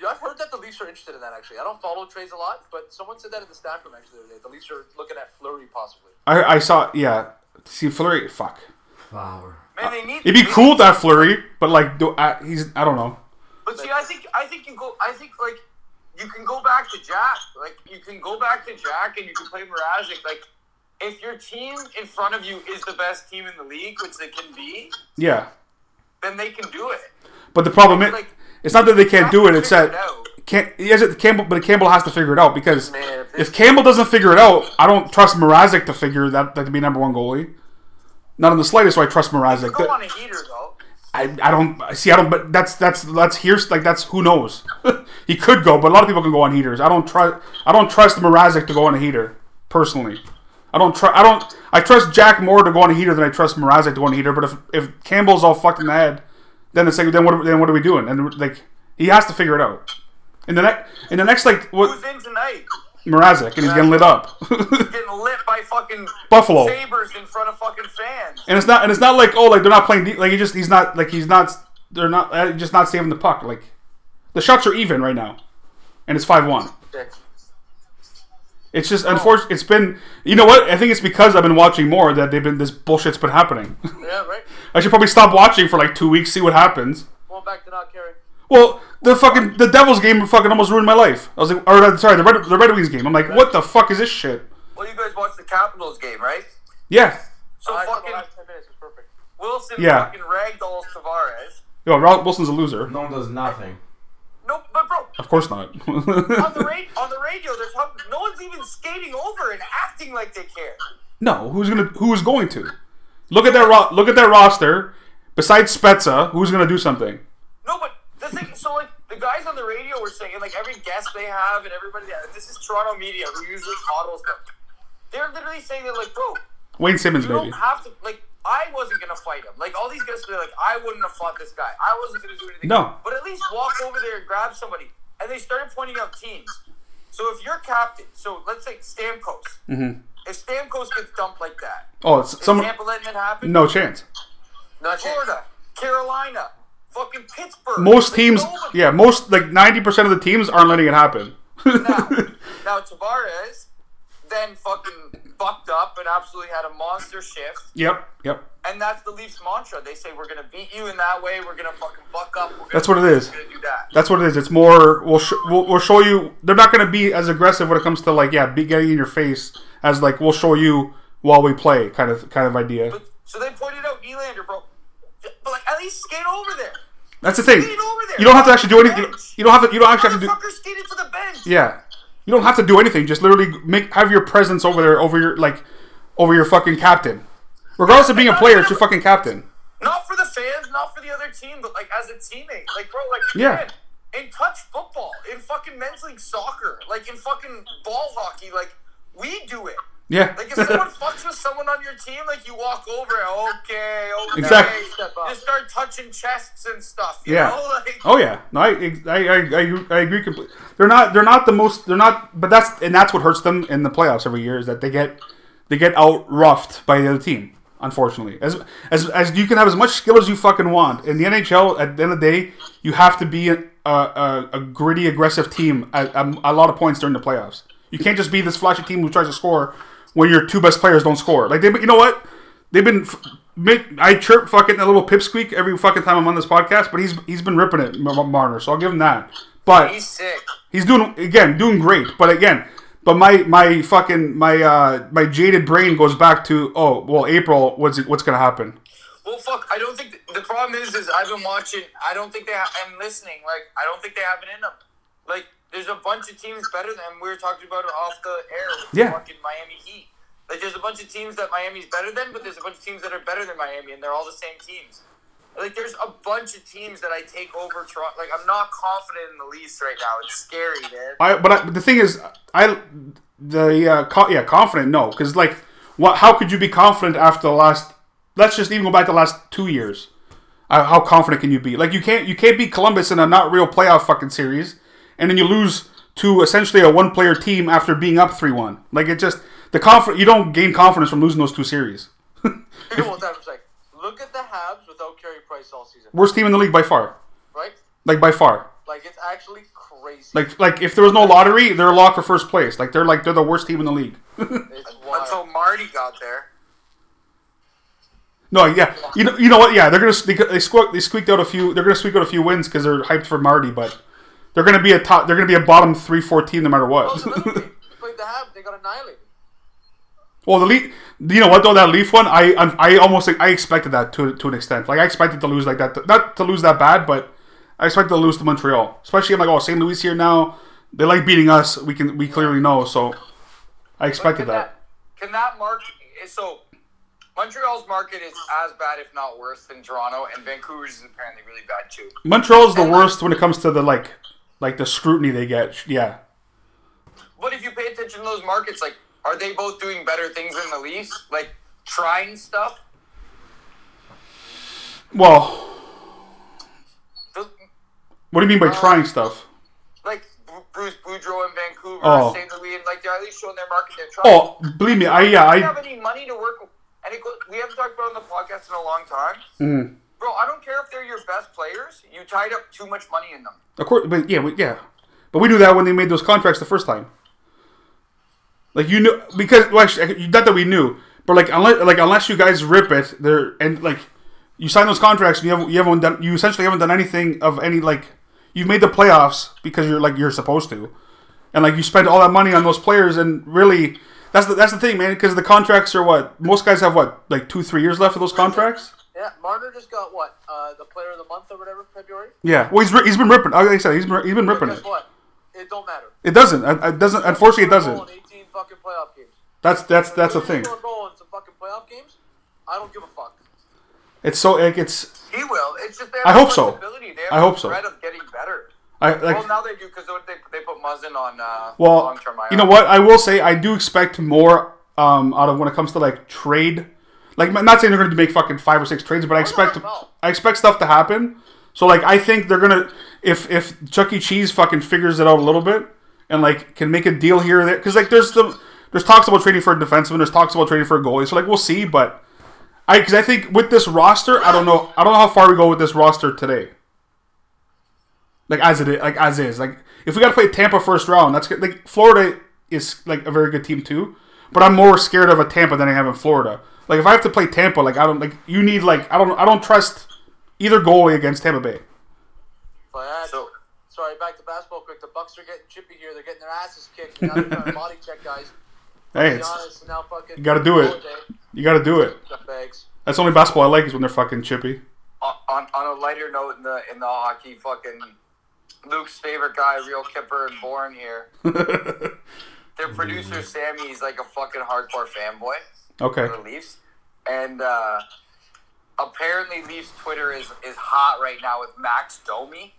S4: Yeah, I've heard that the Leafs are interested in that. Actually, I don't follow trades a lot, but someone said that in the staff room actually the other day. The Leafs are looking at Flurry possibly.
S3: I I saw yeah. See Flurry, fuck.
S2: Flower.
S5: Man, they need.
S3: It'd be cool to have Flurry, but like, do I, he's I don't know.
S5: But see, I think I think you go. I think like you can go back to Jack. Like you can go back to Jack, and you can play Mrazek. Like if your team in front of you is the best team in the league, which they can be,
S3: Yeah,
S5: then they can do it.
S3: but the problem is,
S5: Like-
S3: it's not that they can't do it. It's
S5: Figure it
S3: that
S5: out.
S3: can't. Yes, it- Campbell, but Campbell has to figure it out because
S4: Man, if
S3: if Campbell doesn't figure it out, I don't trust Mrazek to figure that that to be number one goalie. Not in the slightest. So I trust Mrazek.
S5: Go
S3: That-
S5: on a heater though.
S3: I, I don't see. I don't. But that's that's that's here's like that's who knows. he could go, but a lot of people can go on heaters. I don't trust. I don't trust Mrazek to go on a heater personally. I don't trust. I don't. I trust Jack more to go on a heater than I trust Mrazek to go on a heater. But if if Campbell's all fucked in the head, then it's like then what are- then what are we doing? And like he has to figure it out. In the next in the next like
S5: Who's
S3: what
S5: in tonight?
S3: Mrazek and he's getting lit up.
S5: Getting lit by fucking
S3: Buffalo.
S5: sabers in front of fucking fans.
S3: and it's not and it's not like oh like they're not playing deep like he just he's not like he's not they're not uh, just not saving the puck like the shots are even right now and it's 5-1 it's just unfortunate it's been you know what i think it's because i've been watching more that they've been this bullshit's been happening
S4: Yeah, right.
S3: i should probably stop watching for like two weeks see what happens
S4: Going back to not caring.
S3: well the fucking the devil's game fucking almost ruined my life i was like or uh, sorry the red, the red wings game i'm like what the fuck is this shit
S5: Well, you guys watched the Capitals game, right?
S3: yeah
S5: So
S4: I thought the
S5: fucking
S4: last ten minutes was perfect.
S5: Wilson
S3: Yeah.
S5: fucking ragdolls Tavares.
S3: yo Ralph wilson's a loser
S2: No one does nothing.
S5: No, but bro,
S3: of course not
S5: on the, ra- on the radio, there's hum- no one's even skating over and acting like they care.
S3: No, who's gonna who's going to? Look at their ro- look at their roster. Besides Spezza, who's gonna do something?
S5: No, but the thing, so like the guys on the radio were saying, like every guest they have and everybody, this is Toronto media who usually coddles them. They're literally saying that, like, bro,
S3: Wayne Simmons,
S5: you
S3: maybe.
S5: don't have to. Like, I wasn't gonna fight him. Like all these guys were like, I wouldn't have fought this guy. I wasn't gonna do anything.
S3: No.
S5: But at least walk over there and grab somebody. And they started pointing out teams. So if you're captain, so let's say Stamkos. If Stamkos gets dumped like that,
S3: Oh, it's
S5: is
S3: Mm-hmm. some
S5: Tampa letting it happen?
S3: no chance.
S4: Not changing.
S5: Florida, Carolina, fucking Pittsburgh.
S3: Most
S5: Like,
S3: teams,
S5: nobody-
S3: yeah, most like ninety percent of the teams aren't letting it happen.
S5: Now, now Tavares then fucking fucked up and absolutely had a monster shift.
S3: Yep, yep.
S5: And that's the Leafs mantra. They say we're gonna beat you in that way. We're gonna fucking buck up. We're gonna,
S3: That's what it is.
S5: We're gonna do that.
S3: That's what it is. It's more we'll sh- we'll, we'll show you. They're not going to be as aggressive when it comes to like yeah, be getting in your face as like we'll show you while we play kind of kind of idea.
S5: But, so they pointed out Elander, bro. But like, at least skate over there.
S3: That's the thing.
S5: Skate over there.
S3: You don't have to actually do anything.
S5: Bench.
S3: You don't have to. You don't actually have to do.
S5: Motherfucker skated to the bench.
S3: Yeah, you don't have to do anything. Just literally make have your presence over there over your like over your fucking captain. Regardless of being a player, it's your fucking captain.
S5: Not for the fans, not for the other team, but like as a teammate. Like, bro, like
S3: Yeah.
S5: man, in touch football, in fucking men's league soccer, like in fucking ball hockey, like we do it.
S3: Yeah.
S5: Like if someone fucks with someone on your team, like you walk over, okay, okay,
S3: Exactly.
S5: you start touching chests and stuff. You
S3: Yeah.
S5: Know? Like,
S3: Oh yeah, no, I I, I, I, I agree completely. They're not they're not the most they're not, but that's and that's what hurts them in the playoffs every year is that they get they get out roughed by the other team. Unfortunately, as as as you can have as much skill as you fucking want in the NHL. At the end of the day, you have to be a a, a, a gritty, aggressive team at, um, a lot of points during the playoffs. You can't just be this flashy team who tries to score when your two best players don't score. Like they, you know what? They've been. f- Make, I chirp fucking a little pipsqueak every fucking time I'm on this podcast, but he's he's been ripping it, Mar- Mar- Marner. So I'll give him that. But
S5: he's sick.
S3: he's doing again, doing great. But again, but my my fucking my uh my jaded brain goes back to oh well April what's what's gonna happen?
S5: Well, fuck. I don't think the problem is is I've been watching. I don't think they. Ha- I'm listening. Like I don't think they have it in them. Like there's a bunch of teams better than we were talking about it off the air. With the
S3: Yeah.
S5: Fucking Miami Heat. Like there's a bunch of teams that Miami's better than, but there's a bunch of teams that are better than Miami, and they're all the same teams. Like there's a bunch of teams that I take over Toronto. Like I'm not confident in the Leafs right now. It's scary, man.
S3: I but, I, but the thing is I the uh, co- yeah confident no because like what how could you be confident after the last let's just even go back to the last two years uh, how confident can you be like you can't you can't beat Columbus in a not real playoff fucking series and then you lose to essentially a one player team after being up three one like it just the confidence you don't gain confidence from losing those two series
S4: You know what that was like. Look at the Habs without Carey Price all season,
S3: worst team in the league by far
S4: right?
S3: like by far
S4: Like it's actually crazy.
S3: like like if there was no lottery they're locked for first place like they're like they're the worst team in the league.
S4: it's
S5: Until
S4: wild.
S5: Marty got there.
S3: No, yeah, you know, you know what? Yeah, they're gonna they, they squeak they squeaked out a few. They're gonna squeak out a few wins because they're hyped for Marty, but they're gonna be a top. They're gonna be a bottom three four team no matter
S4: That was
S3: what.
S4: another game. We played the Habs. They got annihilated.
S3: well, the leaf, you know what though? That Leaf one, I I, I almost I expected that to to an extent. Like I expected to lose like that, not to lose that bad, but I expected to lose to Montreal. Especially I'm like, oh, St. Louis here now. They like beating us. We can we clearly know. So I expected
S5: Can
S3: that.
S5: Can that market? So Montreal's market is as bad, if not worse, than Toronto, and Vancouver's is apparently really bad too.
S3: Montreal's the worst when it comes to the like like the scrutiny they get. Yeah,
S5: But if you pay attention to those markets, like, are they both doing better things than the Leafs? Like trying stuff.
S3: well.
S5: Those-
S3: What do you mean by trying stuff?
S5: Like Bru- Bruce Boudreau in Vancouver,
S3: Oh.
S5: St. Louis, and like they're at least showing their market they're trying.
S3: Oh, believe me, I yeah,
S5: don't
S3: I
S5: have any money to work with. And it, go- we haven't talked about it on the podcast in a long time.
S3: Mm-hmm.
S5: Bro, I don't care if they're your best players. You tied up too much money in them.
S3: of course, but yeah, we, yeah, but we knew that when they made those contracts the first time. Like you knew because well, actually, not that we knew, but like unless like unless you guys rip it, there and like you sign those contracts and you haven't you haven't done you essentially haven't done anything of any like you've made the playoffs because you're like you're supposed to, and like you spend all that money on those players and really. That's the, that's the thing, man. Because the contracts are what most guys have what like two three years left of those contracts.
S4: Yeah, Marner just got what uh, the Player of the Month or whatever February.
S3: Yeah. Well, he's, ri- he's been ripping. Like I said, he's been, he's been ripping
S4: Guess
S3: it.
S4: what? It don't matter.
S3: It doesn't. It it doesn't. Unfortunately, it
S4: Goal
S3: doesn't.
S4: in 18 fucking playoff games.
S3: That's that's that's the thing.
S4: Score a goal in some fucking playoff games. I don't give a fuck.
S3: It's so like it's.
S5: He will. It's just they have
S3: I
S5: the
S3: hope so.
S5: flexibility. They have
S3: I
S5: the
S3: hope so.
S5: threat of getting better.
S3: I like.
S5: well, now they do because they, they put Muzzin on uh,
S3: Well,
S5: long-term IR.
S3: you know what? I will say I do expect more um, out of when it comes to like trade. Like, I'm not saying they're going to make fucking five or six trades, but I expect
S4: about?
S3: I expect stuff to happen. So like, I think they're gonna if if Chuck E. Cheese fucking figures it out a little bit and like can make a deal here or there because like there's some there's talks about trading for a defenseman, there's talks about trading for a goalie. So like, we'll see, but. I, because I think with this roster, I don't know, I don't know how far we go with this roster today. Like as it is, like as is, like if we got to play Tampa first round, that's good. like Florida is like a very good team too. But I'm more scared of a Tampa than I am in Florida. Like if I have to play Tampa, like I don't like you need like I don't I don't trust either goalie against Tampa Bay.
S4: But uh,
S5: So-
S4: sorry, back to basketball quick. The Bucks are getting chippy here. They're getting their asses kicked. Now they're trying to body check guys.
S3: Hey,
S4: Be
S3: it's,
S4: honest, now fucking. You
S3: gotta do it. you got to do it.
S4: Bags.
S3: That's the only basketball I like is when they're fucking chippy.
S5: on, on on a lighter note in the in the hockey fucking Luke's favorite guy, real Kipper and Bourne here. Their producer Sammy is like a fucking hardcore fanboy
S3: Okay.
S5: for the Leafs, and uh, apparently Leafs Twitter is is hot right now with Max Domi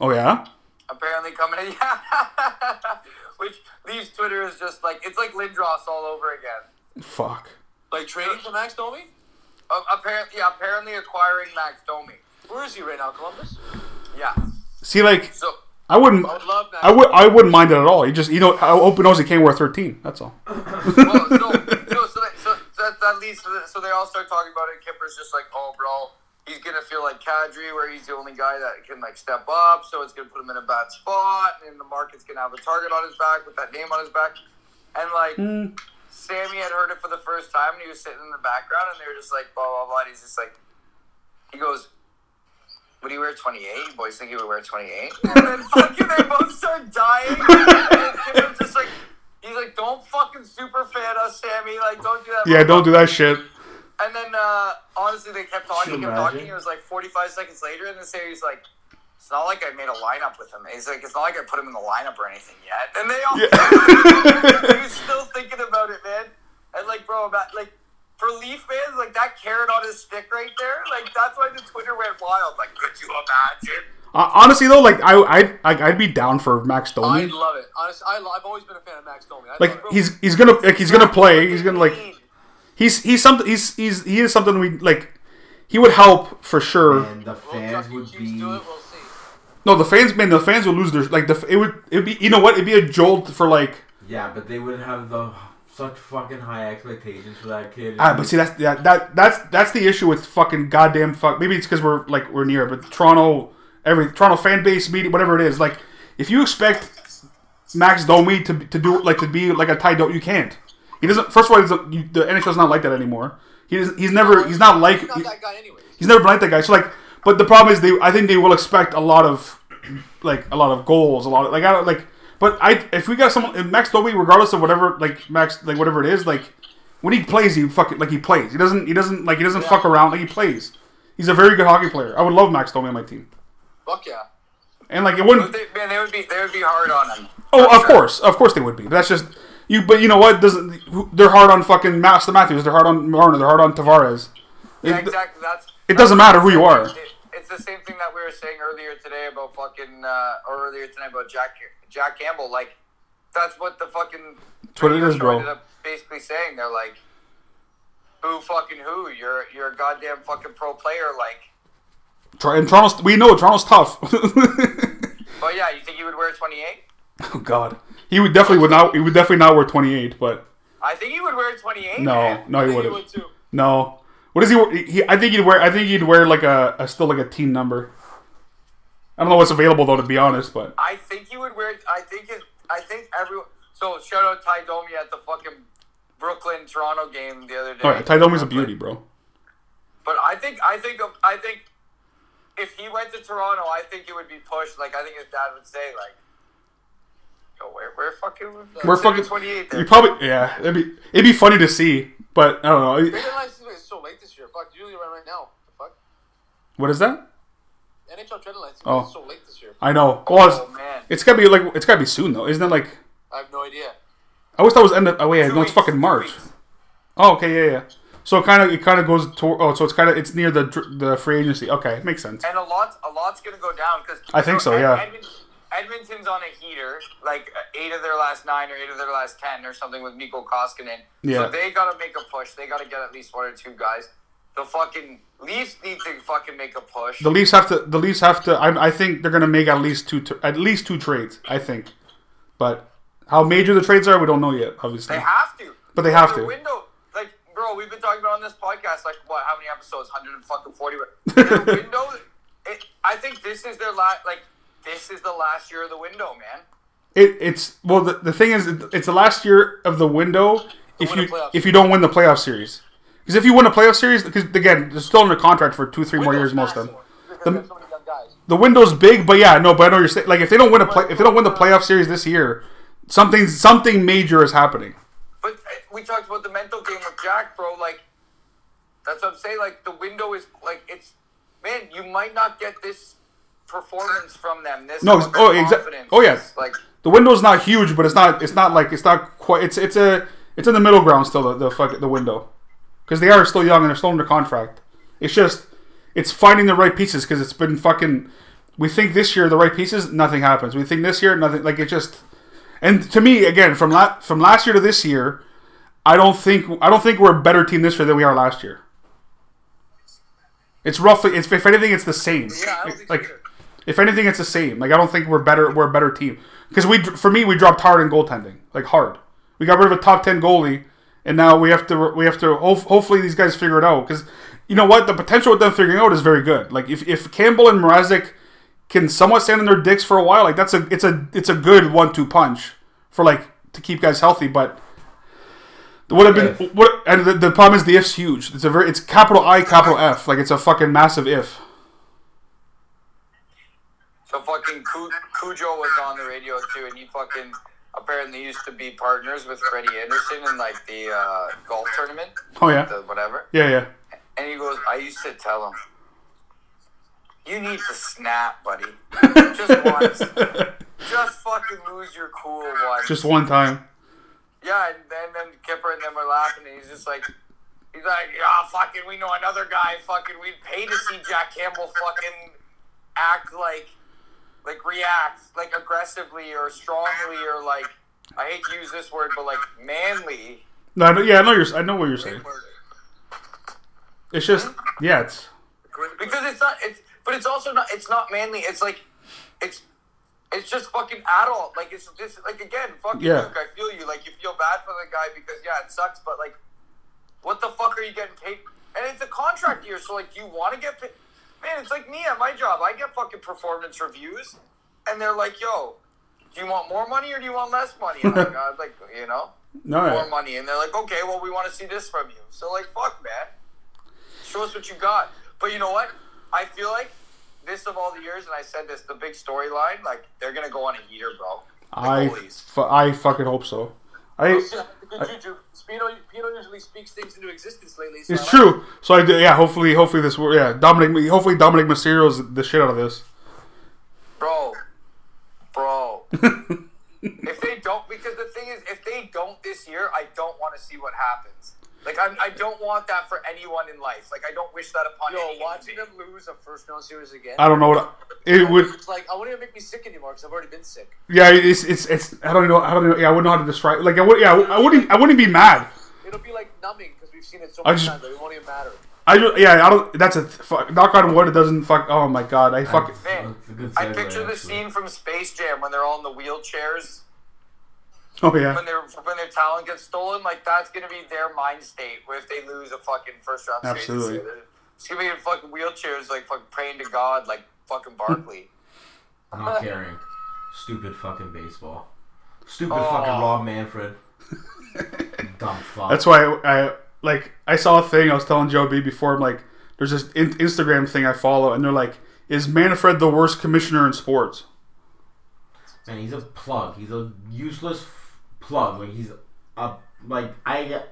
S3: Oh yeah.
S5: apparently coming in. Yeah, which Leafs Twitter is just like it's like Lindros all over again.
S3: Fuck.
S4: Like trading for Max Domi?
S5: Uh, apparently, yeah, apparently acquiring Max Domi.
S4: Where is he right now? Columbus.
S5: Yeah,
S3: See, like
S5: so
S3: I wouldn't.
S4: I would love Max.
S3: I would. I wouldn't mind it at all. You just you know how open nose he came with thirteen. That's all.
S5: well, so, so, so, that, so that, that leads to the, so they all start talking about it. Kipper's just like, oh, bro, he's gonna feel like Kadri, where he's the only guy that can like step up, so it's gonna put him in a bad spot, and the market's gonna have a target on his back with that name on his back, and like. Sammy had heard it for the first time, and he was sitting in the background, and they were just like, blah, blah, blah. And he's just like, he goes, would he wear 28? Boys think he would wear 28. And then fucking they both start dying. And Kim's just like, he's like, don't fucking super fan us, Sammy. Like, don't do that.
S3: Yeah, don't do that shit.
S5: And then, uh, honestly, they kept talking,
S2: Could you
S5: kept
S2: imagine?
S5: talking. It was like 45 seconds later, and then Sammy's like, it's not like I made a lineup with him. He's like, it's not like I put him in the lineup or anything yet. And they all, he was still thinking about it, man. And like, bro, about, like, for Leaf fans, like that carrot on his stick right there, like that's why the Twitter went wild. Like, could you imagine?
S3: Uh, honestly though, like I I like, I'd be down for Max
S4: I
S3: Domi.
S4: love it. Honestly, I lo- I've always been a fan of Max Domi. I love
S3: Like
S4: it.
S3: he's he's gonna like he's gonna play. He's gonna like
S5: Mean.
S3: he's he's something he's he's he is something we like. He would help for sure.
S2: And the
S4: Will
S2: fans
S4: Chuck E.
S2: would
S4: Cheese
S2: be.
S4: do it? We'll see.
S3: No, the fans man, the fans would lose their like the it would it would be you know what it'd be a jolt for like
S2: Yeah, but they would have the such fucking high expectations for that kid.
S3: Ah, but see, that's that, that that's that's the issue with fucking goddamn fuck. Maybe it's because we're like we're near, but Toronto, every Toronto fan base media, whatever it is, like if you expect Max Domi to to do like to be like a Ty Domi, you can't. He doesn't. First of all, he doesn't, you, the NHL's not like that anymore. He doesn't, he's never he's not like
S4: He's not that guy, anyways.
S3: he's never been like that guy. So like, but the problem is they. I think they will expect a lot of, like a lot of goals, a lot of like I don't like. But I if we got someone if Max Domi, regardless of whatever like Max like whatever it is, like when he plays, he fucking like he plays. He doesn't he doesn't like he doesn't fuck around. Like he plays. He's a very good hockey player. I would love Max Domi on my team.
S4: Fuck yeah.
S3: And like it
S5: But
S3: wouldn't.
S5: they, man, they would be they would be hard on him.
S3: Oh, of course, of course they would be. But that's just you. But you know what? Doesn't who- they're hard on fucking Master Matthews. They're hard on Marner. They're hard on Tavares.
S5: Yeah,
S3: It-
S5: exactly. That's
S3: It doesn't matter who you are.
S5: It- It's the same thing that we were saying earlier today about fucking uh, or earlier tonight about Jack Jack Campbell. Like that's what the fucking
S3: Twitter is, bro.
S5: Ended up basically saying they're like, who fucking who? You're you're a goddamn fucking pro player. Like,
S3: Tor- And Toronto's we know Toronto's tough.
S5: but yeah, you think he would wear 28?
S3: Oh God, he would definitely would not. He would definitely not wear twenty eight. But
S5: I think he would wear 28.
S3: no,
S5: man.
S3: no, he
S4: I think he would
S3: wouldn't.
S4: too.
S3: No, what does he? wear- he I think he'd wear. I think he'd wear like a, a still like a team number. I don't know what's available though, to be honest. But
S5: I think he would wear. I think his. I think everyone. So shout out Ty Domi at the fucking Brooklyn Toronto game the other day.
S3: all right, Ty Domi's a beauty, bro.
S5: But I think I think of- I think if he went to Toronto, I think it would be pushed. Like I think his dad would say, like, "Yo, we're we're fucking
S3: We're fucking
S5: consider 28
S3: You
S5: there."
S3: probably yeah. It'd be it'd be funny to see, but I don't know.
S4: They didn't like it's so late this year. Fuck, usually right right now. The fuck.
S3: What is that?
S4: NHL trade deadline is
S3: Oh.
S4: so late this year.
S3: I know. Well,
S5: Oh,
S3: it's,
S5: man.
S3: it's gotta be like it's gotta be soon though, isn't it? Like
S4: I have no idea.
S3: I always thought it was end of. Oh wait,
S5: Two
S3: no, it's
S5: weeks,
S3: fucking
S5: two
S3: March.
S5: weeks.
S3: Oh okay, yeah, yeah. So it kind of it kind of goes to oh, so it's kind of it's near the dr- the free agency. Okay, makes sense.
S5: And a lot a lot's gonna go down because
S3: I think so, yeah.
S5: Edmonton's on a heater, like uh, eight of their last nine or eight of their last ten or something with Miko Koskinen.
S3: Yeah.
S5: So they gotta make a push. They gotta get at least one or two guys. The fucking Leafs need to fucking make a push.
S3: The Leafs have to. The Leafs have to. I, I think they're gonna make at least two. tr- At least two trades. I think, but how major the trades are, we don't know yet. Obviously,
S5: They have to.
S3: But they have
S5: the
S3: to.
S5: Window, like, bro, we've been talking about on this podcast, like, what? How many episodes? Hundred and fucking forty. Their window. It, I think this is their last. Like, this is the last year of the window, man.
S3: It, it's well. The, the thing is, it- it's the last year of the window. If
S4: win a
S3: you
S4: playoff
S3: if you don't win the playoff series, because if you win a playoff series, because again, they're still under contract for two, three more years, most of them.
S5: Because there's so many young guys.
S3: The window's big, but yeah, no, but I know you're saying like if they don't win a play, if they don't win the playoff series this year, something something major is happening.
S5: But uh, we talked about the mental game with Jack, bro. Like, that's what I'm saying. Like, the window is like it's. Man, you might not get this performance from them. This
S3: No, ex-
S5: level of
S3: oh, exa-
S5: confidence.
S3: oh, yeah.
S5: It's Like,
S3: The window's not huge, but it's not it's not like it's not quite it's it's a it's in the middle ground still the the fuck, the window because they are still young and they're still under contract. It's just it's finding the right pieces because it's been fucking. We think this year the right pieces, nothing happens. We think this year nothing like it just. And to me, again, from la- from last year to this year, I don't think I don't think we're a better team this year than we are last year. It's roughly it's if anything it's the same.
S4: Yeah, I don't think so
S3: like
S4: either.
S3: if anything it's the same. Like I don't think we're better we're a better team because we for me we dropped hard in goaltending like hard. We got rid of a top ten goalie and now we have to we have to ho- hopefully these guys figure it out because you know what the potential with them figuring out is very good. Like if, if Campbell and Mrazek can somewhat stand on their dicks for a while, like that's a it's a it's a good one two punch for like to keep guys healthy, but. Would have been what, and the, the problem is the if's huge. It's a very, it's capital I, capital F, like it's a fucking massive if.
S5: So fucking Cu- Cujo was on the radio too, and he fucking apparently used to be partners with Freddie Anderson in like the uh, golf tournament,
S3: Oh yeah,
S5: the whatever.
S3: yeah, yeah.
S5: And he goes, I used to tell him, you need to snap, buddy. Just once. Just fucking lose your cool once.
S3: Just one time.
S5: Yeah, and then, then Kipper and them are laughing, and he's just like, he's like, yeah, fucking, we know another guy, fucking, we'd pay to see Jack Campbell fucking act like, like react, like aggressively or strongly or like, I hate to use this word, but like manly.
S3: No, I know, yeah, I know you're. I know what you're saying. It's just, yeah, it's
S5: because it's not it's but it's also not it's not manly it's like it's it's just fucking adult like it's just like again fucking
S3: Yeah.
S5: Luke I feel you like you feel bad for the guy because yeah it sucks but like what the fuck are you getting paid and it's a contract year so like you want to get paid man it's like me at my job I get fucking performance reviews and they're like yo do you want more money or do you want less money and I'm like, uh, like you know
S3: no.
S5: more
S3: yeah.
S5: money, and they're like, okay, well, we want to see this from you. So like, fuck, man, show us what you got. But you know what? I feel like this of all the years, and I said this, the big storyline, like they're gonna go on a heater, bro.
S3: I, fu- I fucking hope so. I.
S4: Juju. Spino, Pino usually speaks things into existence lately. So
S3: It's true. So I do. Yeah. Hopefully, hopefully this. wor- Yeah. Dominic. Hopefully Dominic Mysterio's the shit out of this.
S5: bro, bro. if they don't, because the thing is, if they don't this year, I don't want to see what happens. Like I'm, I don't want that for anyone in life. Like I don't wish that upon
S4: Yo,
S5: anyone.
S4: watching them lose a first round series again.
S3: I don't know what. It would.
S4: It's like I wouldn't even make me sick anymore because I've already been sick.
S3: Yeah. It's. It's. It's. I don't know. I don't know. Yeah. I wouldn't know how to describe. Like I would. Yeah. I wouldn't. I wouldn't be mad.
S4: It'll be like numbing because we've seen it so
S3: I
S4: many
S3: just-
S4: times that it won't even matter.
S3: I just, yeah, I don't. That's a th- fuck. Knock on wood. It doesn't fuck. Oh my god, I fuck.
S5: Man,
S2: It's a good
S5: I
S2: segue,
S5: picture the
S2: actually.
S5: scene from Space Jam when they're all in the wheelchairs
S3: Oh yeah.
S5: when their when their talent gets stolen, like that's gonna be their mind state. Where if they lose a fucking first round series,
S3: Absolutely.
S5: it's gonna be in fucking wheelchairs, like fucking praying to God, like fucking Barkley.
S2: Not caring. Stupid fucking baseball. Stupid
S5: Oh.
S2: fucking Rob Manfred. Dumb fuck.
S3: That's why I, I like. I saw a thing. I was telling Joe B before. I'm like, there's this in- Instagram thing I follow, and they're like, "Is Manfred the worst commissioner in sports?"
S2: Man, he's a plug. He's a useless f- plug. Like he's a like I.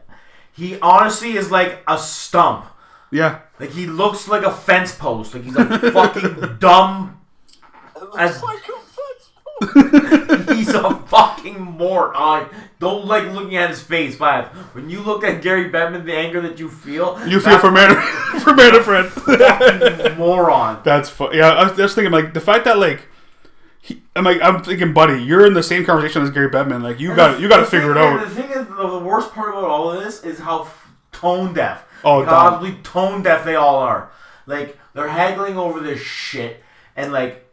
S2: He honestly is like a stump.
S3: Yeah,
S2: Like he looks like a fence post. Like he's a fucking dumb. As, he's a fucking moron. Don't like looking at his face, but when you look at Gary Bettman, the anger that you feel,
S3: you feel for Man for Manfred.
S2: fucking moron.
S3: That's fu- yeah. I was just thinking like the fact that like. He, I'm like I'm thinking, buddy. You're in the same conversation as Gary Bettman. Like you got you got to
S2: The thing-
S3: figure it
S2: and
S3: out.
S2: The thing is, the the worst part about all of this is how f- tone deaf,
S3: Oh, dumb.
S2: godly tone deaf they all are. Like they're haggling over this shit, and like,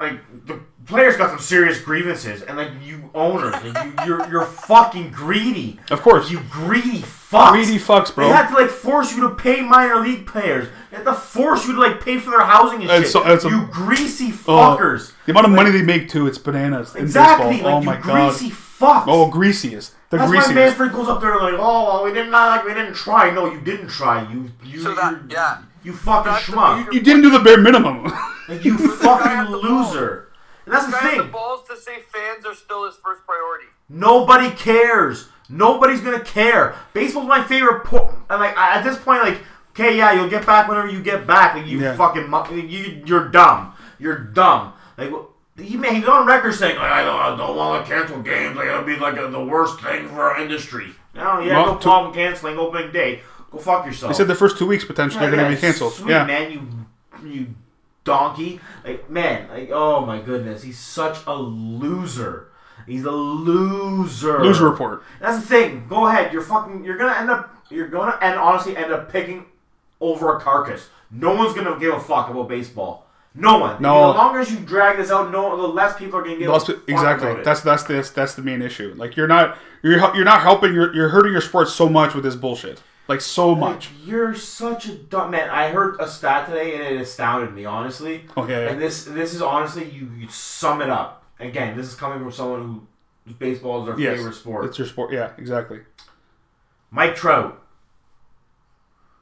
S2: like the players got some serious grievances, and like you owners, like, you, you're you're fucking greedy.
S3: Of course.
S2: you greedy fucks.
S3: Greedy fucks, bro.
S2: They had to like force you to pay minor league players. They had to force you to like pay for their housing and
S3: And
S2: shit.
S3: so- and so-
S2: you greasy
S3: Oh,
S2: fuckers.
S3: the amount of money they make too, it's bananas. in
S2: exactly.
S3: baseball.
S2: Like
S3: oh my
S2: you greasy
S3: god.
S2: fucks.
S3: Oh, greasiest. The
S2: That's why
S3: greasiest.
S2: Manfred goes up there like, oh, well, we didn't like we didn't try. No, you didn't try. You you
S5: So that-
S2: you-
S5: yeah.
S2: You fucking
S5: That's the
S2: schmuck.
S5: beauty-
S3: you didn't do the bare minimum.
S2: Like, you
S5: guy
S2: fucking
S5: at the ball.
S2: loser. And that's the
S5: Guy had the
S2: thing.
S5: balls to say fans are still his first priority.
S2: Nobody cares. Nobody's gonna care. Baseball's my favorite. Po- and like I- at this point, like okay, yeah, you'll get back whenever you get back. Like you
S3: Yeah.
S2: fucking mu- you, you're dumb. You're dumb. Like wh- he made he's on record saying like I don't I don't want to cancel games. Like it'll be like uh the worst thing for our industry. No, yeah,
S3: Well,
S2: no
S3: to-
S2: problem canceling opening day. Go fuck yourself.
S3: they said the first two weeks potentially
S2: Yeah,
S3: are going to
S2: yeah,
S3: be canceled.
S2: Sweet
S3: yeah.
S2: man, you you donkey. Like man, like oh my goodness, he's such a loser. He's a loser.
S3: Loser report.
S2: That's the thing. Go ahead. You're fucking. You're gonna end up. You're gonna and honestly end up picking over a carcass. No one's gonna give a fuck about baseball. No one.
S3: No.
S2: The longer you drag this out, no, the less people are gonna give.
S3: That's-
S2: a fuck
S3: exactly.
S2: About it.
S3: That's that's this. That's the main issue. Like you're not you're hel- you're not helping. You're, you're hurting your sport so much with this bullshit. Like so much.
S2: You're such a dumb man. I heard a stat today and it astounded me, honestly.
S3: Okay.
S2: And this this is honestly you, you sum it up. Again, this is coming from someone who baseball is their
S3: Yes.
S2: favorite sport.
S3: It's your sport. Yeah. Exactly.
S2: Mike Trout.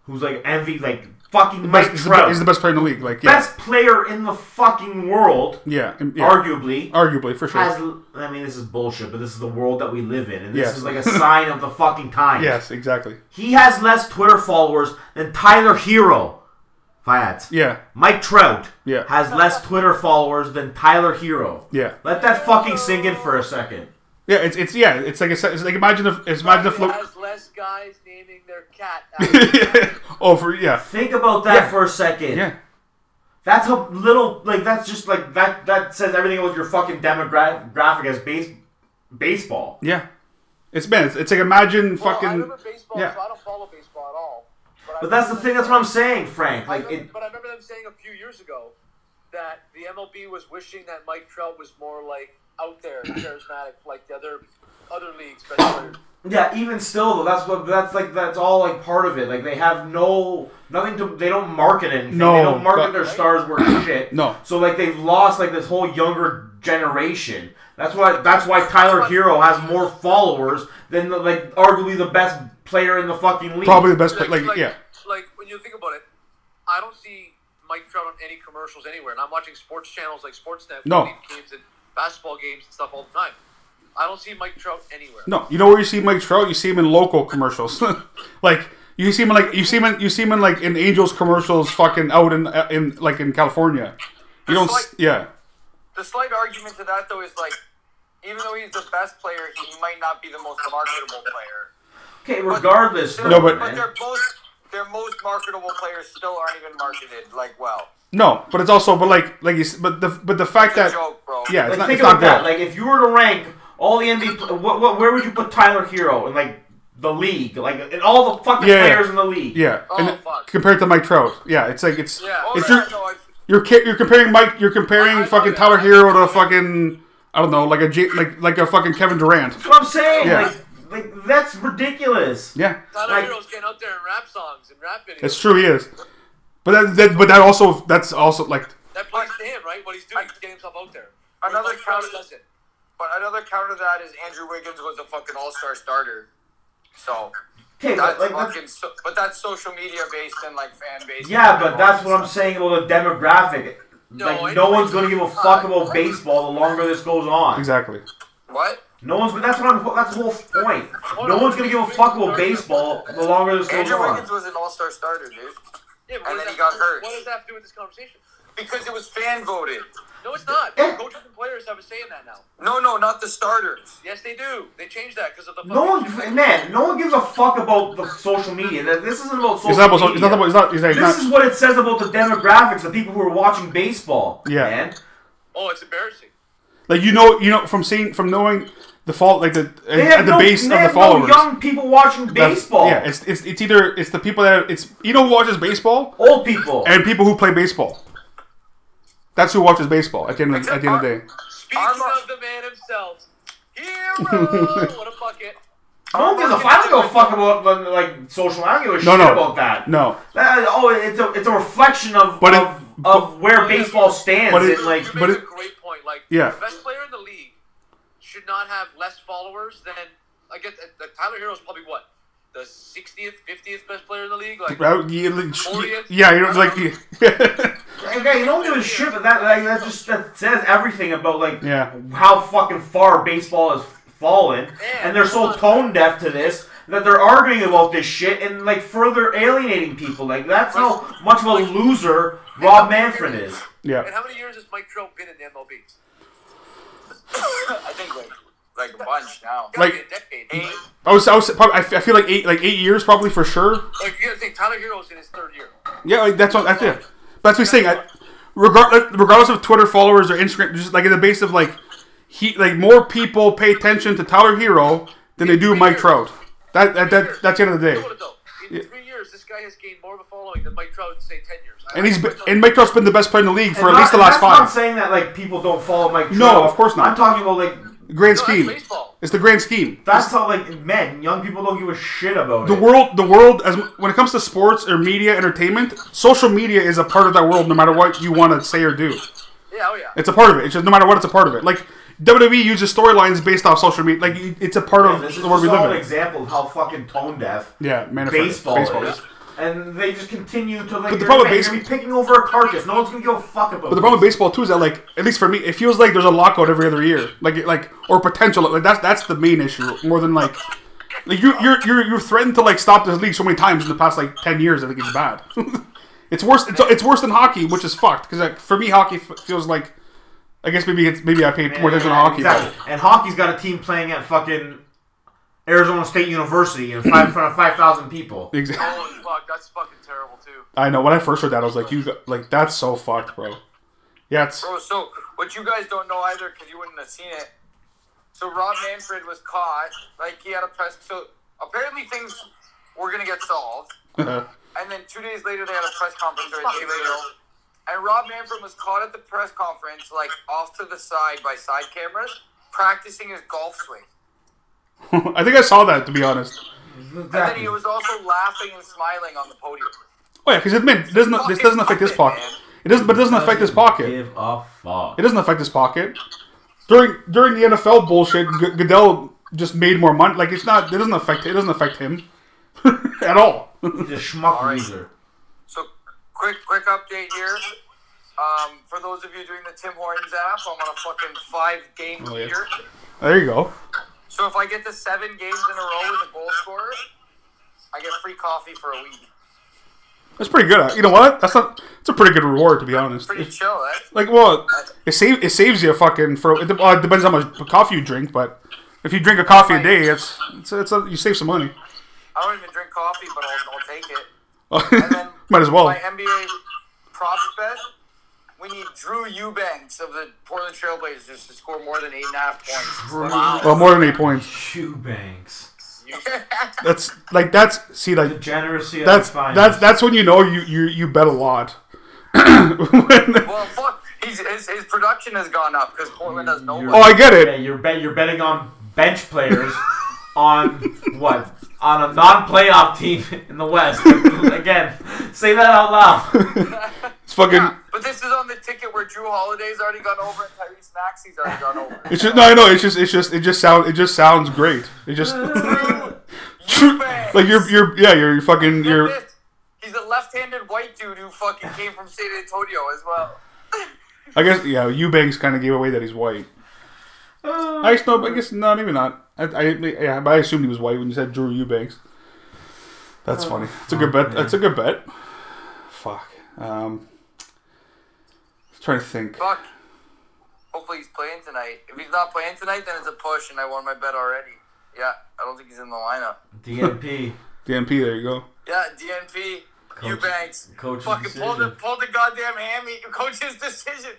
S2: Who's like envy like fucking
S3: Best-
S2: Mike
S3: he's, the, be-
S2: Trout.
S3: he's the best player in the league. Like yeah.
S2: best player in the fucking world,
S3: Yeah. and- yeah.
S2: arguably.
S3: Arguably for sure.
S2: Has, I mean, this is bullshit, but this is the world that we live in, and this
S3: Yes.
S2: is like a sign of the fucking times.
S3: yes. Exactly.
S2: He has less Twitter followers than Tyler Hero. Fiat.
S3: Yeah.
S2: Mike Trout
S3: Yeah.
S2: has less Twitter followers than Tyler Hero.
S3: Yeah.
S2: Let that fucking sink in for a second.
S3: Yeah. It's it's yeah. It's like a, se- it's like imagine if it's imagine if.
S4: He
S3: Lo-
S4: has less guys naming their cat. after-
S3: oh for yeah.
S2: Think about that for a second.
S3: Yeah.
S2: That's a little like that's just like that that says everything about your fucking demographic as base baseball.
S3: Yeah. It's man. It's, it's like imagine
S4: Well,
S3: fucking.
S4: I live in baseball,
S3: yeah.
S4: so I don't follow baseball at all. I
S2: But that's the
S4: remember-
S2: thing, that's what I'm saying, Frank.
S4: I
S2: Like
S4: remember,
S2: it,
S4: but I remember them saying a few years ago that the MLB was wishing that Mike Trout was more like out there, charismatic, like the other other leagues. best players.
S2: Yeah, even still though, that's what that's like that's all like part of it. Like they have no nothing to they don't market anything.
S3: No,
S2: they don't market
S3: but-
S2: their stars worth shit.
S3: No.
S2: So like they've lost like this whole younger generation. That's why that's why Tyler Hero has more followers than the, like arguably the best player in the fucking league.
S3: Probably the best. Play- like yeah.
S4: Like when you think about it, I don't see Mike Trout on any commercials anywhere, and I'm watching sports channels like Sportsnet,
S3: No.
S4: league games and basketball games and stuff all the time. I don't see Mike Trout anywhere.
S3: No, you know where you see Mike Trout? You see him in local commercials. like you see him in, like you see him in, you see him in like in Angels commercials, fucking out in uh, in like in California. You don't, s yeah,
S5: The slight argument to that though is like, even though he's the best player, he might not be the most marketable player.
S2: Okay, regardless.
S5: They're-
S3: No,
S2: though,
S3: but-
S5: but
S2: man.
S5: their most their most marketable players still aren't even marketed like well.
S3: no, but it's also, but like like you, s- but the but the fact
S5: It's a
S3: that
S5: joke, bro.
S3: yeah, it's
S2: Like,
S3: not
S2: think
S3: it's not
S2: about that.
S3: good.
S2: Like, if you were to rank all the NBA, pl- what, what, where would you put Tyler Hero in like the league, like in all the fucking
S3: Yeah, yeah.
S2: players in the league?
S3: yeah,
S4: Oh,
S3: and
S4: fuck.
S3: compared to Mike Trout, yeah, it's like it's
S4: Yeah.
S5: Oh,
S3: it's
S5: yeah,
S3: your
S5: no, I-
S3: you're ca- you're comparing Mike, you're comparing
S4: I- I
S3: fucking
S4: know
S3: Tyler
S4: that.
S3: Hero to fucking I don't know, like a J- like like a fucking Kevin Durant.
S2: That's what I'm saying.
S3: Yeah.
S2: Like, like that's ridiculous.
S3: Yeah,
S4: Tyler
S2: Like-
S4: Hero's getting out there in rap songs and rap videos.
S3: it's true. He is, but that, that but that also that's also like
S4: That plays to him, right? What he's doing, he's getting himself out there.
S5: Another
S4: Mike Trout
S5: counter-
S4: does it.
S5: But another counter to that is Andrew Wiggins was a fucking all star starter. So
S2: Okay,
S5: that's
S2: but like, that's-
S5: fucking so, but that's social media based and like fan based.
S2: yeah, but that's what I'm saying about the demographic. like,
S4: it's-
S2: no one's gonna give a fuck about baseball the longer this goes on.
S3: exactly.
S5: What?
S2: No one's. That's what I'm. That's the whole point. No one's gonna give a fuck about baseball the longer this goes
S5: Andrew
S2: on.
S5: Wiggins was an all star starter, dude.
S4: Yeah, but what
S5: And then
S4: does
S5: he
S4: that-
S5: got hurt.
S4: What does that have to do with this conversation?
S5: Because it was fan voted.
S4: No, it's not.
S2: Yeah.
S4: Coaches and players have a say in that now.
S5: No, no, not the starters.
S4: Yes, they do. They changed that because of the.
S2: No
S4: fucking-
S2: one, man, no one gives a fuck about the social media. That- This isn't about social
S3: It's not about.
S2: media.
S3: It's not about. It's not. It's not, it's
S2: this
S3: not
S2: is what it says about the demographics of people who are watching baseball.
S3: Yeah.
S2: man.
S4: Oh, it's embarrassing.
S3: like you know. You know from seeing from knowing the fault like the
S2: They
S3: at
S2: have
S3: the
S2: no,
S3: base
S2: they
S3: of the
S2: have
S3: followers.
S2: No young people watching
S3: That's-
S2: baseball.
S3: Yeah, it's, it's it's either it's the people that it's you know who watches baseball
S2: old people.
S3: and people who play baseball. That's who watches baseball at the end of, at the end of the day.
S4: Speaking
S5: I'm a-
S4: of the man himself, hero. what a bucket.
S2: No one gives a fuck. I don't give a fuck about like, like social. I don't give a
S3: No,
S2: shit
S3: no.
S2: about that.
S3: No.
S2: That- oh, it's a it's a reflection of
S3: But it-
S2: of, of where baseball stands.
S3: but it-
S2: and, like
S4: you
S3: but
S4: make
S3: it-
S4: a great point. Like,
S3: Yeah.
S4: the best player in the league should not have less followers than I guess uh, Tyler Hero's probably what the 60th, 50th best player in the league. Like,
S3: That would- you- yeah, you know, like the
S2: Okay, you don't give a shit, but that like, that just that says everything about like
S3: Yeah.
S2: how fucking far baseball has fallen, and they're so tone deaf to this that they're arguing about this shit and like further alienating people. Like that's how much of a loser Rob Manfred is.
S4: and
S3: yeah.
S4: how many years has Mike Trout been in the MLB?
S5: I think like like a bunch now.
S4: Gotta be
S3: Like-
S4: a decade.
S5: Eight.
S3: I was I was probably, I fe- I feel like eight like eight years probably for sure.
S4: Like you gotta think Tyler Hero's in his third year.
S3: Yeah, like that's what that's it. That's what he's saying. I, regard, regardless of Twitter followers or Instagram, just like in the base of like he like more people pay attention to Tyler Hero than they do Mike Trout. That, that, that that's the end of the day.
S4: You know what, though? In three years, this guy has gained more of a following than Mike Trout in say ten years. I-
S3: And he's
S4: I-
S3: been, and Mike Trout's been the best player in the league for
S2: And
S3: at least
S2: not-
S3: the last
S2: that's not
S3: five.
S2: saying that like people don't follow Mike. Trout.
S3: No, of course not.
S2: I'm talking about like
S3: Grand
S4: No, that's
S3: scheme.
S4: baseball.
S3: It's the grand scheme.
S2: that's how like men, young people don't give a shit about
S3: The
S2: it.
S3: world, the world, as when it comes to sports or media, entertainment, social media is a part of that world. No matter what you want to say or do,
S4: yeah, oh yeah.
S3: it's a part of it. It's just no matter what, it's a part of it. Like WWE uses storylines based off social media. Like it- it's a part of
S2: This is
S3: the world
S2: just
S3: we
S2: all
S3: live
S2: an
S3: in.
S2: example of how fucking tone deaf
S3: Yeah, manifest.
S2: baseball,
S3: Baseball
S2: is.
S3: is.
S2: And they just continue to like.
S3: But the
S2: they're-
S3: problem
S2: they're
S3: with
S2: gonna be picking over a carcass. No one's gonna give a fuck about.
S3: But the problem with baseball too is that like at least for me, it feels like there's a lockout every other year, like it- like or potential. Like that's that's the main issue more than like like you you're you're you're threatened to like stop this league so many times in the past like ten years. I think it's bad. it's worse. It's, it's worse than hockey, which is fucked. Because like for me, hockey f- feels like I guess maybe it's maybe I paid more attention to hockey. but-
S2: Exactly. And hockey's got a team playing at fucking Arizona State University in, five, in front of five thousand people.
S3: Exactly.
S4: Oh fuck, that's fucking terrible too.
S3: I know. When I first heard that, I was like, you got, like that's so fucked, bro. Yeah, it's
S5: Bro, Oh, so what you guys don't know either, because you wouldn't have seen it. So Rob Manfred was caught, like he had a press. So apparently things were gonna get solved,
S3: uh,
S5: and then two days later they had a press conference, or a day later, and Rob Manfred was caught at the press conference, like off to the side by side cameras, practicing his golf swing.
S3: I think I saw that to be honest.
S5: And then he was also laughing and smiling on the podium.
S3: Oh yeah, because it meant doesn't this doesn't affect this pocket. It doesn't, but it doesn't affect this pocket.
S2: Give a fuck.
S3: It doesn't affect this pocket. During during the NFL bullshit, G- Goodell just made more money. Like it's not. It doesn't affect. It doesn't affect him at all.
S2: He's a schmuck loser.
S5: So, quick, quick update here. Um, for those of you doing the Tim Hortons app, I'm on a fucking five game
S3: Oh, yeah.
S5: leader.
S3: there you go.
S5: So if I get to seven games in a row with a goal scorer, I get free coffee for a week.
S3: That's pretty good. You know what? That's not. It's a pretty good reward to be honest.
S5: Pretty chill, eh?
S3: Like well, it save it saves you a fucking for. It, de- well, it depends how much coffee you drink, but if you drink a coffee a day, it's it's, it's a, you save some money.
S5: I don't even drink coffee, but I'll, I'll take it. And then
S3: Might as well.
S5: My NBA props bet. We need Drew Eubanks of the Portland Trailblazers to score more than eight and a half points.
S3: Well, more than eight points.
S2: Shoe banks.
S3: That's like that's see like
S2: Generosity.
S3: that's
S2: fine.
S3: that's that's when you know you you, you bet a lot.
S5: Well, fuck. He's, his, his production has gone up because Portland has no
S3: Oh,
S5: one.
S3: I get
S2: Yeah,
S3: it.
S2: you're bet you're betting on bench players on what? On a non-playoff team in the West. Again, say that out loud.
S3: It's fucking.
S5: But this is on the ticket where Drew Holiday's already gone over and Tyrese Maxey's already gone over.
S3: It's just no, I know. It's just, it's just, it just sounds, it just sounds great. It just
S5: Eubanks.
S3: like you're, you're, yeah, you're, you're fucking, you're.
S5: This- He's a left-handed white dude who fucking came from San Antonio as well.
S3: I guess yeah. Eubanks kind of gave away that he's white. I guess no. I guess no. Maybe not. I, I yeah, but I assumed he was white when you said Drew Eubanks. That's funny. It's a good bet. That's a good bet. Fuck. Um, trying to think.
S5: Fuck. Hopefully he's playing tonight. If he's not playing tonight, then it's a push, and I won my bet already. Yeah, I don't think he's in the lineup.
S2: DNP.
S3: DMP. There you go.
S5: Yeah, DNP, Eubanks,
S2: coach's
S5: fucking pulled the
S2: decision.
S5: pulled the goddamn hammy. Coach's decision.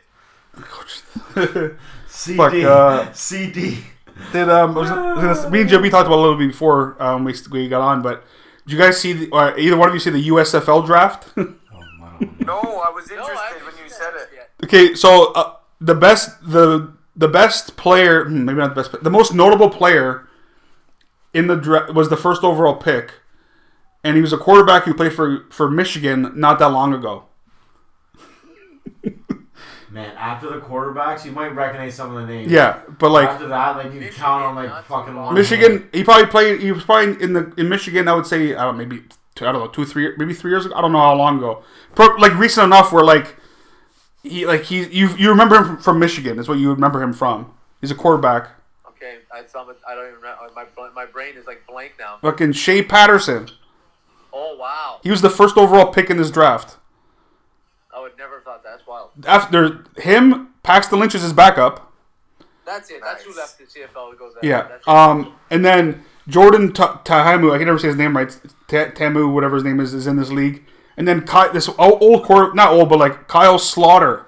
S2: CD.
S3: Fuck, uh,
S2: CD.
S3: Did um, was, was- me and Jimmy talked about it a little bit before um we, we got on, but did you guys see the, or either one of you see the USFL draft?
S5: No, I was interested
S4: haven't
S5: when
S4: seen
S5: you
S4: that
S5: said it.
S4: yet.
S3: okay, so uh, the best the the best player, hmm, maybe not the best, but the most notable player in the dra- was the first overall pick, and he was a quarterback who played for for Michigan not that long ago.
S2: Man, after the quarterbacks, you might recognize some of the names.
S3: Yeah, but like
S2: after that, like you
S4: Michigan,
S2: count on like
S4: not
S2: fucking
S4: too
S2: long.
S3: Michigan, he probably played. He was probably in the in Michigan. I would say I don't know, maybe two, I don't know two three maybe three years ago. I don't know how long ago. Pro, like recent enough where like he like he you you remember him from, from Michigan is what you remember him from. He's a quarterback.
S4: Okay, I, some, I don't even remember. My, bl- my brain is like blank now.
S3: Fucking Shea Patterson.
S4: Oh, wow.
S3: He was the first overall pick in this draft.
S4: I would never have thought that's wild.
S3: After him, Paxton Lynch is his backup.
S4: That's it. That's who left the CFL. It goes out.
S3: Yeah.
S4: That's it.
S3: Um, and then Jordan Ta- Tahamu, I can never say his name right. Ta- Tamu, whatever his name is, is in this league. And then Ky- this o- old quarter, not old, but like Kyle Slaughter,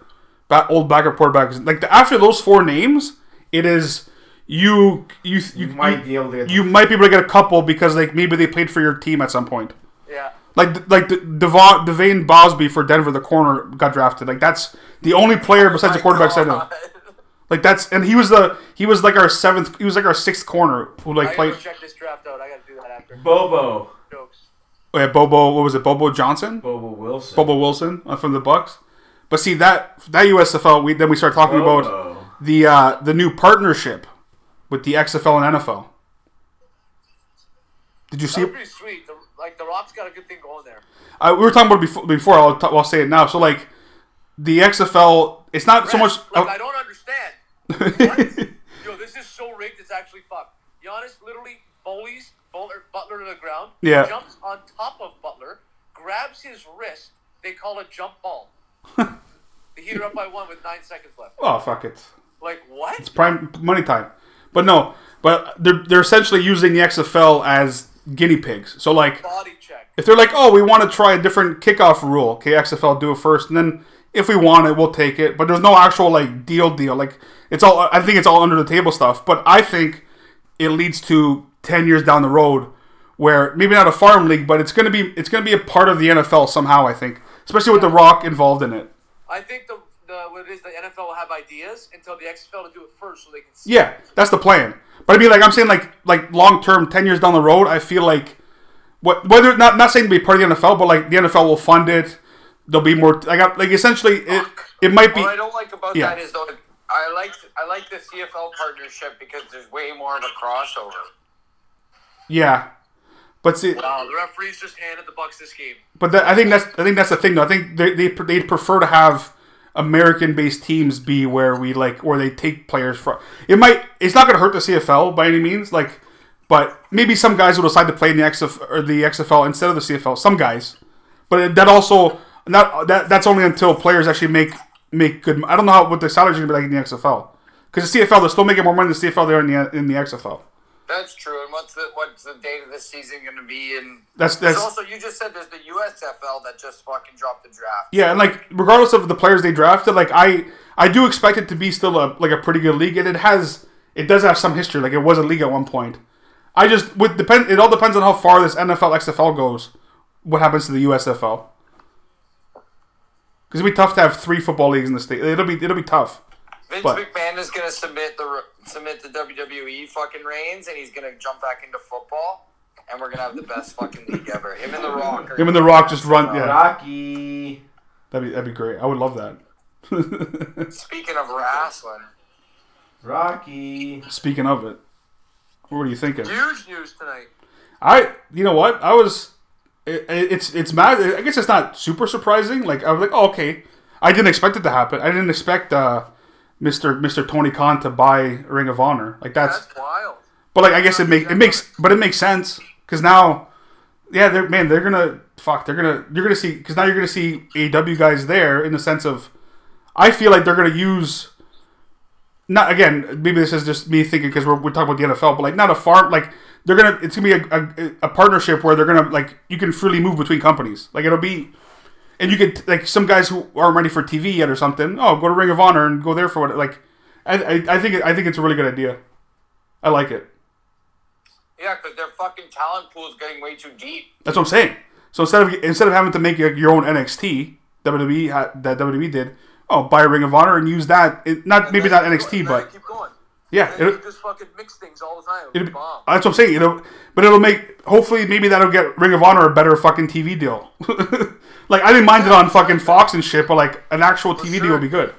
S3: ba- old backup quarterback. Like the, after those four names, it is you you you,
S2: might be able to get
S3: you might be able to get a couple because like maybe they played for your team at some point.
S4: yeah.
S3: Like like the Devon, Devane Bosby for Denver, the corner got drafted. Like that's the only player besides the quarterback side. of- Like that's and he was the he was like our seventh he was like our sixth corner who like
S4: I gotta
S3: played
S4: go check this draft out. I gotta do that after.
S2: Bobo,
S4: Jokes.
S3: oh, yeah, Bobo what was it Bobo Johnson
S2: Bobo Wilson,
S3: Bobo Wilson uh, from the Bucks but see that that USFL we then we start talking about
S2: Bobo.
S3: the uh, the new partnership with the XFL and NFL did you see
S4: That's pretty sweet. The, like the Rock's got a good thing going there.
S3: I, we were talking about it before before I'll, t- I'll say it now so like the XFL it's not so much oh,
S4: Like, I don't understand. What? Yo, this is so rigged. It's actually fucked. Giannis literally bullies Butler, Butler to the ground.
S3: Yeah.
S4: Jumps on top of Butler, grabs his wrist. They call it jump ball. the Heat are up by one with nine seconds left.
S3: oh fuck it
S4: Like what?
S3: prime money time. But no, but they're they're essentially using the XFL as guinea pigs. So like,
S4: Body check.
S3: if they're like, oh, we want to try a different kickoff rule, okay, XFL do it first, and then if we want it, we'll take it. But there's no actual like deal deal. Like it's all I think it's all under the table stuff. But I think it leads to ten years down the road where maybe not a farm league, but it's gonna be it's gonna be a part of the NFL somehow. I think, especially with The Rock involved in it.
S4: I think the, the what it is the NFL will have ideas until the XFL to do it first, so they can. See
S3: Yeah, that's the plan. But I mean, like I'm saying, like like long term, ten years down the road, I feel like what whether not not saying to be part of the NFL, but like the NFL will fund it. There'll be more. I got like essentially it it might be
S5: What I don't like about
S3: Yeah.
S5: that is though, I like I like the CFL partnership because there's way more of a crossover.
S3: yeah. But see,
S4: Wow, the referees just handed the Bucks this game.
S3: but that, I think that's I think that's the thing though. I think they they they prefer to have American based teams be where we like where they take players from. It might it's not going to hurt the CFL by any means. Like, but maybe some guys will decide to play in the XF or the XFL instead of the CFL. Some guys, but that also not that that's only until players actually make make good. I don't know how, what the salaries are going to be like in the XFL because the CFL they're still making more money in the CFL they're in the in the XFL.
S5: That's true. And what's the what's the date of the season going to be? And
S3: That's
S5: there's
S3: that's
S5: also you just said there's the USFL that just fucking dropped the draft.
S3: Yeah, and like regardless of the players they drafted, like I I do expect it to be still a like a pretty good league, and it has it does have some history. Like it was a league at one point. I just with depend it all depends on how far this NFL XFL goes. What happens to the USFL? Because it'd be tough to have three football leagues in the state. It'll be it'll be tough.
S5: Vince
S3: But-
S5: McMahon is going to submit the submit the WWE fucking reigns, and he's going to jump back into football, and we're going to have the best fucking league ever. Him and the Rock. Are
S3: Him and The Rock just run.
S2: Uh,
S3: Yeah,
S2: Rocky.
S3: that'd be that'd be great. I would love that.
S5: Speaking of wrestling,
S2: Rocky.
S3: Speaking of it, what were you thinking?
S4: Huge news tonight.
S3: I you know what I was it, it's it's mad I guess it's not super surprising like I was like oh, okay I didn't expect it to happen I didn't expect uh Mr. Mr. Tony Khan to buy Ring of Honor like that's
S4: That's wild.
S3: but like I guess it make it makes but it makes sense because now yeah they're man they're gonna fuck they're gonna you're gonna see because now you're gonna see AW guys there in the sense of I feel like they're gonna use not again maybe this is just me thinking because we're, we're talking about the NFL but like not a farm like they're gonna it's gonna be a, a, a partnership where they're gonna like you can freely move between companies like it'll be and you could like some guys who aren't ready for TV yet or something oh go to Ring of Honor and go there for what like I, I, I think I think it's a really good idea I like it.
S5: yeah, because their fucking talent pool is getting way too deep.
S3: That's what I'm saying. So instead of instead of having to make your, your own NXT, WWE E ha- that WWE did, oh, buy Ring of Honor and use that. It, not maybe not NXT,
S5: No,
S3: but
S5: keep going.
S3: Yeah,
S4: They,
S3: it'll,
S4: they just fucking mix things all the time. It
S3: it'll
S4: would
S3: be,
S4: be bomb.
S3: that's what I'm saying. You know, but it'll make hopefully maybe that'll get Ring of Honor a better fucking TV deal. like I didn't mind it on fucking Fox and shit, but like an actual TV deal
S4: sure.
S3: would be good.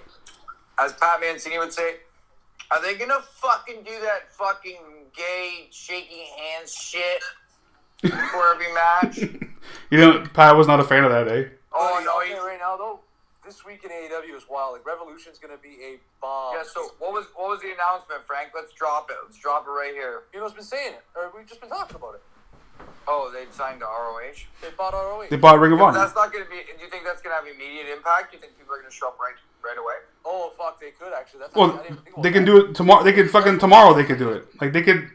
S5: As Pat Mancini would say, are they gonna fucking do that fucking gay shaking hands shit for every match?
S3: You know, Pat was not a fan of that, eh?
S5: oh no,
S4: okay,
S5: he's
S4: right now though, this week in AEW is wild. Like Revolution's gonna be a bomb.
S5: yeah. So what was what was the announcement, Frank? Let's drop it. Let's drop it right here.
S4: you know, has been saying it, or we've just been talking about it.
S5: Oh, they signed to ROH.
S4: They bought ROH.
S3: They bought Ring of
S5: But
S3: Honor.
S5: that's not gonna be. Do you think that's gonna have immediate impact? Do you think people are gonna show up right right away?
S4: oh fuck, they could actually. That's I
S3: Well,
S4: didn't even think about
S3: they can
S4: that.
S3: do it tomorrow. They could fucking tomorrow. They could do it. Like they could.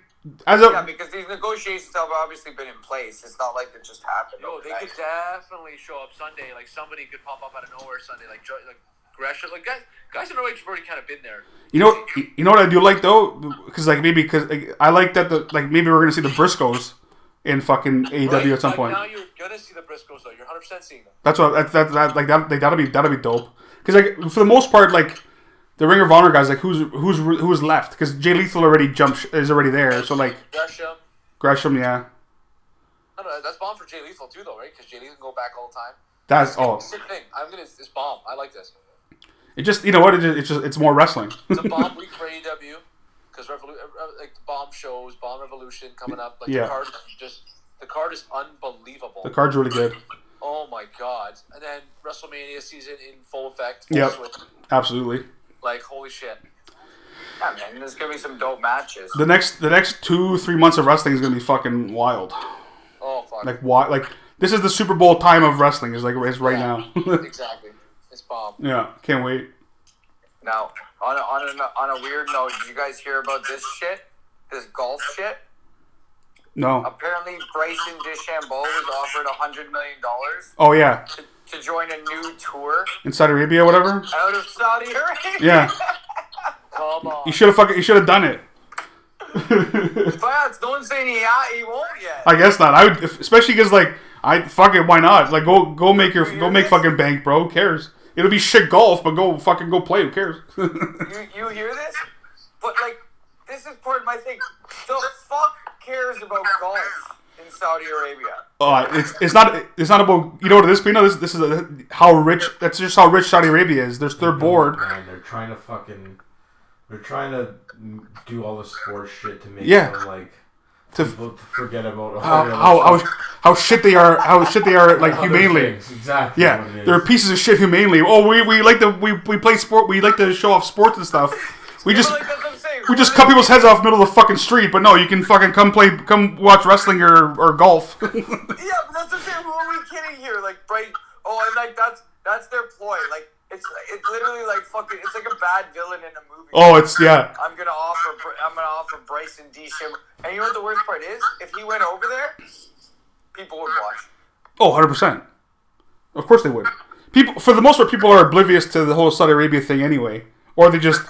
S3: As
S5: Yeah,
S3: a,
S5: because these negotiations have obviously been in place. It's not like it just happened.
S4: Yo, they
S5: overnight.
S4: could definitely show up Sunday. Like somebody could pop up out of nowhere Sunday. Like Jo- like Gresham. Like guys, guys in ROH have already kind of been there.
S3: you know, you know what I do like though, because like maybe because like, I like that the like maybe we're gonna see the Briscoes in fucking AEW
S4: Right?
S3: at some
S4: Like,
S3: point.
S4: Now you're gonna see the Briscoes though. You're 100 percent seeing them.
S3: That's what that's that, that like that like, that'll be that'll be dope. Because like for the most part, like the Ring of Honor guys, like who's who's who's left? Because Jay Lethal already jumped sh- is already there. So like
S4: Gresham.
S3: Gresham, yeah,
S4: I don't know. That's bomb for Jay Lethal too, though, right? Because Jay Lethal can go back all the time.
S3: that's all.
S4: Sick thing. I'm gonna. It's bomb. I like this.
S3: It just you know what it just, it's just it's more wrestling.
S4: It's a bomb week for AEW because Revolu- uh, like the bomb shows, bomb revolution coming up. Like
S3: Yeah.
S4: the card is just the card is unbelievable.
S3: the card's really good.
S4: oh my god! And then WrestleMania season in full effect. Full
S3: Yep.
S4: swing.
S3: Absolutely.
S4: Like holy shit.
S5: Yeah, man. There's gonna be some dope matches.
S3: The next the next two three months of wrestling is gonna be fucking wild.
S4: Oh fuck.
S3: Like why like this is the Super Bowl time of wrestling is like it's right now.
S4: exactly. It's bomb.
S3: yeah, can't wait.
S5: Now, on a, on a, on a weird note, did you guys hear about this shit? This golf shit?
S3: No.
S5: Apparently, Bryson DeChambeau was offered $100 million
S3: Oh yeah,
S5: to, to join a new tour
S3: in Saudi Arabia, whatever.
S5: out of Saudi Arabia.
S3: Yeah,
S4: Come on.
S3: you should have fucking you should have done it.
S5: But no one's saying he, ha- he won't yet.
S3: I guess not. I would, if, especially because like I fuck it. Why not? Like go go make your go make fucking bank, bro. Who cares? It'll be shit golf, but go fucking go play. Who cares?
S5: You, you hear this? But, like, this is part of my thing. The fuck cares about golf in Saudi Arabia?
S3: uh, it's it's not it's not about you know what it is, Pino. This this is a, how rich. That's just how rich Saudi Arabia is. They're they're bored.
S6: Man, they're trying to fucking. They're trying to m- do all the sports shit to make
S3: Yeah.
S6: them, like
S3: To
S6: people forget about all
S3: how
S2: Oh,
S6: the other
S3: how, how
S6: stuff.
S3: how shit they are. How shit they are like
S6: Other
S3: humanely.
S6: things, Exactly.
S3: Yeah,
S6: what it
S3: they're
S6: is.
S3: pieces of shit humanely. Oh, we, we like to we, we play sport. We like to show off sports and stuff. We just
S5: Like, that's what I'm saying.
S3: we just cut people's heads off middle of the fucking street. But no, you can fucking come play, come watch wrestling or, or golf.
S5: Yeah, but that's the same. Who are we kidding here? Like, bright. Oh, and like that's that's their ploy. Like, it's it's literally like fucking. It's like a bad villain in a movie.
S3: oh, it's yeah.
S5: I'm gonna offer. Br- I'm gonna offer Bryson DeChambeau. And you know what the worst part is? If he went over there, people would watch.
S3: Oh, 100 percent. Of course they would. People for the most part, people are oblivious to the whole Saudi Arabia thing anyway, or they just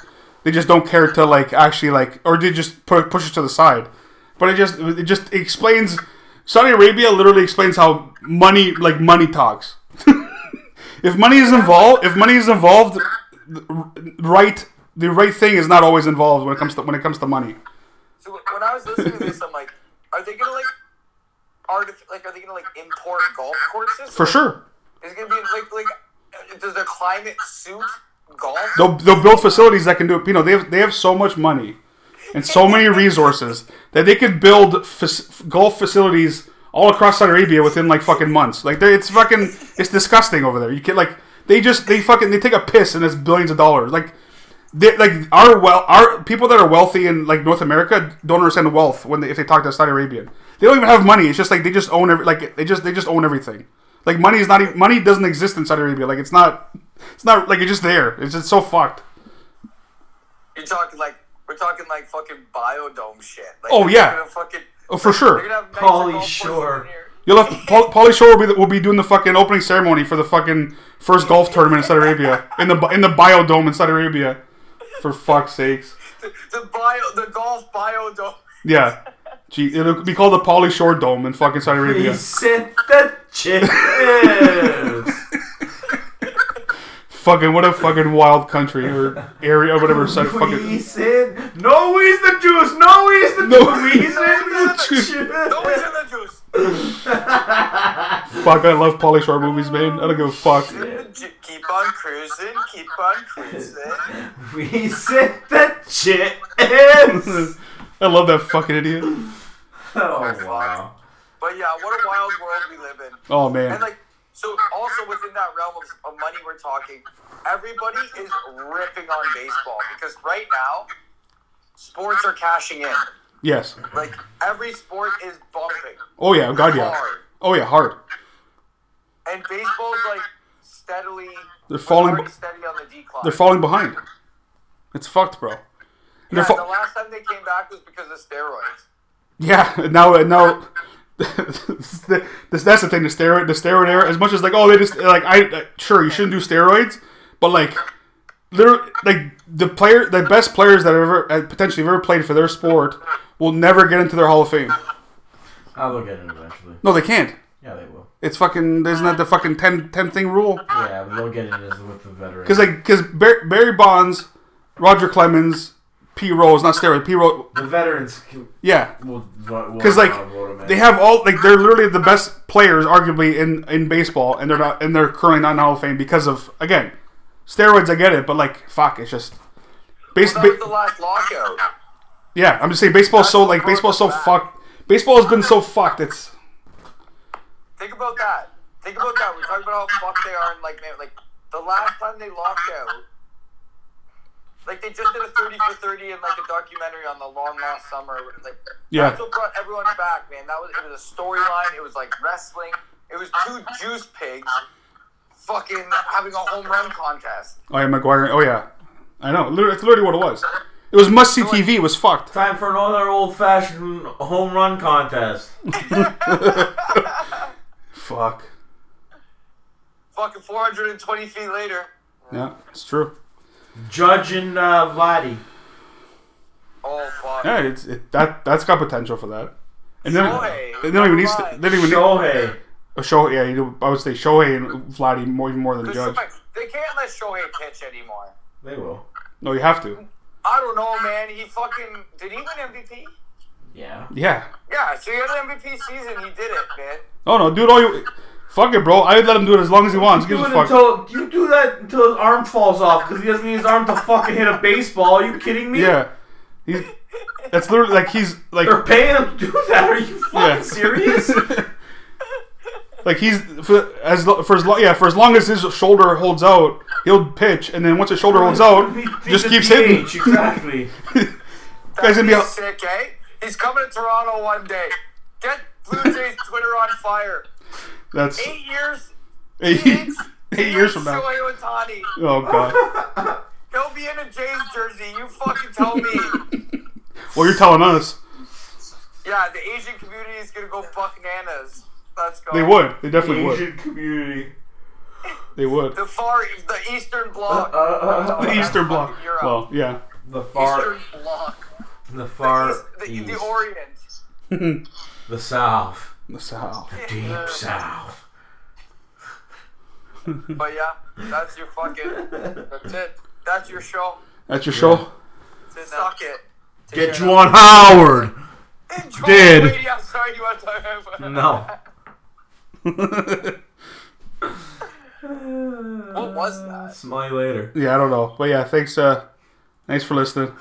S3: they just don't care to like actually like, or they just put, push it to the side. But it just it just explains Saudi Arabia literally explains how money like money talks. if money is involved, if money is involved, the r- right the right thing is not always involved when it comes to when it comes to money.
S5: So when I was listening to this, I'm like, are they gonna like, artif- like, are they gonna like import golf courses?
S3: For sure,
S5: Is it gonna be like like, does the climate suit golf?
S3: they'll they'll build facilities that can do it. You know, they have they have so much money and so many resources that they could build fac- golf facilities all across Saudi Arabia within like fucking months. Like they- it's fucking it's disgusting over there. You can like they just they fucking they take a piss and it's billions of dollars. Like they, like our well our people that are wealthy in like North America don't understand wealth when they, if they talk to a Saudi Arabian. They don't even have money. It's just like they just own every, like they just they just own everything. Like money is not e- money doesn't exist in Saudi Arabia. Like it's not it's not like it's just there. It's just so fucked.
S5: You're talking like we're talking like fucking biodome shit. Like,
S3: Oh,
S5: they're
S3: yeah.
S5: gonna fucking.
S3: Oh, for
S5: They're
S3: sure.
S5: gonna have nicer
S6: Pauly
S5: golf courses
S6: Shore.
S5: in here.
S3: You'll have Paul, Pauly Shore will be, will be doing the fucking opening ceremony for the fucking first golf tournament in Saudi Arabia in the in the biodome in Saudi Arabia. For fuck's sakes.
S5: The bio, the golf biodome.
S3: Yeah. Gee, it'll be called the Pauly Shore Dome in fucking Saudi Arabia.
S6: He sent the chickens.
S3: Fucking what a fucking wild country or area or whatever. Saudi
S6: we
S3: fucking
S6: said no
S2: he's the juice. No, he's the
S3: No.
S2: juice. He's the
S3: Juice.
S2: juice.
S5: No, he's in the juice.
S3: Fuck, I love Polly Shore movies, man. I don't give a fuck.
S5: The ju- Keep on cruising, keep on cruising.
S2: We said that shit is.
S3: I love that fucking idiot.
S2: Oh wow.
S5: But yeah, what a wild world we live in.
S3: Oh man.
S5: And like, so also within that realm of, of money we're talking, everybody is ripping on baseball because right now, sports are cashing in.
S3: Yes.
S5: Like every sport is bumping
S3: Oh yeah. God yeah.
S5: hard,
S3: Oh yeah. Hard.
S5: and baseball's like steadily.
S3: They're falling-
S5: already steady on the decline.
S3: They're falling behind. It's fucked, bro.
S5: Yeah,
S3: They're fa-
S5: the last time they came back was because of steroids.
S3: Yeah, and now and now. this, that's the thing. The steroid, the steroid era. As much as like, oh, they just like I uh, sure you shouldn't do steroids, but like, literally, like the player, the best players that have ever uh, potentially have ever played for their sport will never get into their Hall of Fame.
S6: Oh, they'll get it eventually.
S3: No, they can't.
S6: Yeah, they will.
S3: It's fucking. Isn't that the fucking 10, 10 thing rule?
S6: Yeah, but they'll get in as with the veterans.
S3: Because like, because Bar- Barry Bonds, Roger Clemens, P. Rose, not steroid. P. Rose.
S6: the veterans can,
S3: Yeah,
S6: will
S3: because like they have all like they're literally the best players arguably in in baseball and they're not and they're currently not in the hall of fame because of again steroids i get it but like fuck it's just base,
S5: That was the
S3: ba-
S5: last lockout.
S3: yeah i'm just saying baseball's so
S5: That's
S3: like
S5: what
S3: baseball's so
S5: brought us back.
S3: fucked baseball has been so fucked it's
S5: Think about that. Think about that. We're talking about how fucked they are, and like, man, like the last time they locked out, like they just did a thirty for thirty and like a documentary on the long lost summer. where it's Like,
S3: Yeah.
S5: that's what brought everyone back, man. That was it was a storyline. It was like wrestling. It was two juice pigs, fucking having a home run contest.
S3: oh yeah mcguire oh yeah i know literally, it's literally what it was it was must see tv it was fucked
S6: time for another old-fashioned home run contest.
S3: fuck
S5: Fucking four hundred and twenty feet later.
S3: yeah it's true
S6: Judge and uh, Vladdy.
S5: Oh fuck.
S3: yeah it's it, that that's got potential for that and then
S5: Shohei,
S3: they don't even need
S5: never
S3: st-
S5: mind.
S3: they don't even need
S6: Shohei.
S3: oh, Shohei, yeah you know, I would say Shohei and Vladdy more even more than Judge
S5: They can't let Shohei pitch anymore.
S6: They will.
S3: no you have to
S5: I don't know, man. He fucking did he win MVP?
S6: Yeah.
S3: Yeah.
S5: Yeah, so he had an MVP season. He did it, man.
S3: Oh no, dude, all you. Fuck it, bro. I would let him do it as long as he wants. Give
S2: Do
S3: a
S2: it
S3: fuck.
S2: until you do that until his arm falls off because he doesn't need his arm to fucking hit a baseball. Are you kidding me?
S3: yeah. He's. That's literally like he's like
S2: They're paying him to do that. Are you fucking
S3: Yeah.
S2: serious?
S3: like he's for as lo- for as long yeah for as long as his shoulder holds out he'll pitch and then once his shoulder holds out
S2: He- he's
S3: just
S2: a
S3: keeps hitting.
S2: DH, Exactly.
S3: Guys gonna be
S5: He's
S3: out.
S5: sick, eh? He's coming to Toronto one day. Get Blue Jays Twitter on fire.
S3: That's
S5: Eight years.
S3: eight, eight years from now.
S5: Shohei Ohtani.
S3: Oh god.
S5: He'll be in a Jays jersey. You fucking tell me.
S3: Well, you're telling us
S5: yeah, the Asian community is gonna go buck nanas. Let's go.
S3: they would. They definitely would.
S2: Asian community.
S3: They would.
S5: The far, e, the Eastern Bloc.
S6: Uh, uh,
S3: The Eastern Bloc.
S5: Europe.
S3: Well, yeah.
S6: the
S2: uh,
S6: far,
S5: Eastern Bloc.
S6: the far
S5: East- the,
S6: east,
S5: the Orient.
S6: the south,
S3: The South.
S6: deep south.
S5: But yeah, that's your fucking. That's it. That's your show.
S3: That's your show.
S5: Suck it.
S6: Get Juwan Howard.
S5: Enjoy
S6: Did.
S5: the radio. Sorry, you want to
S6: No.
S5: What was that?
S6: Smell you later.
S3: Yeah, I don't know, but yeah, thanks. Uh, thanks for listening.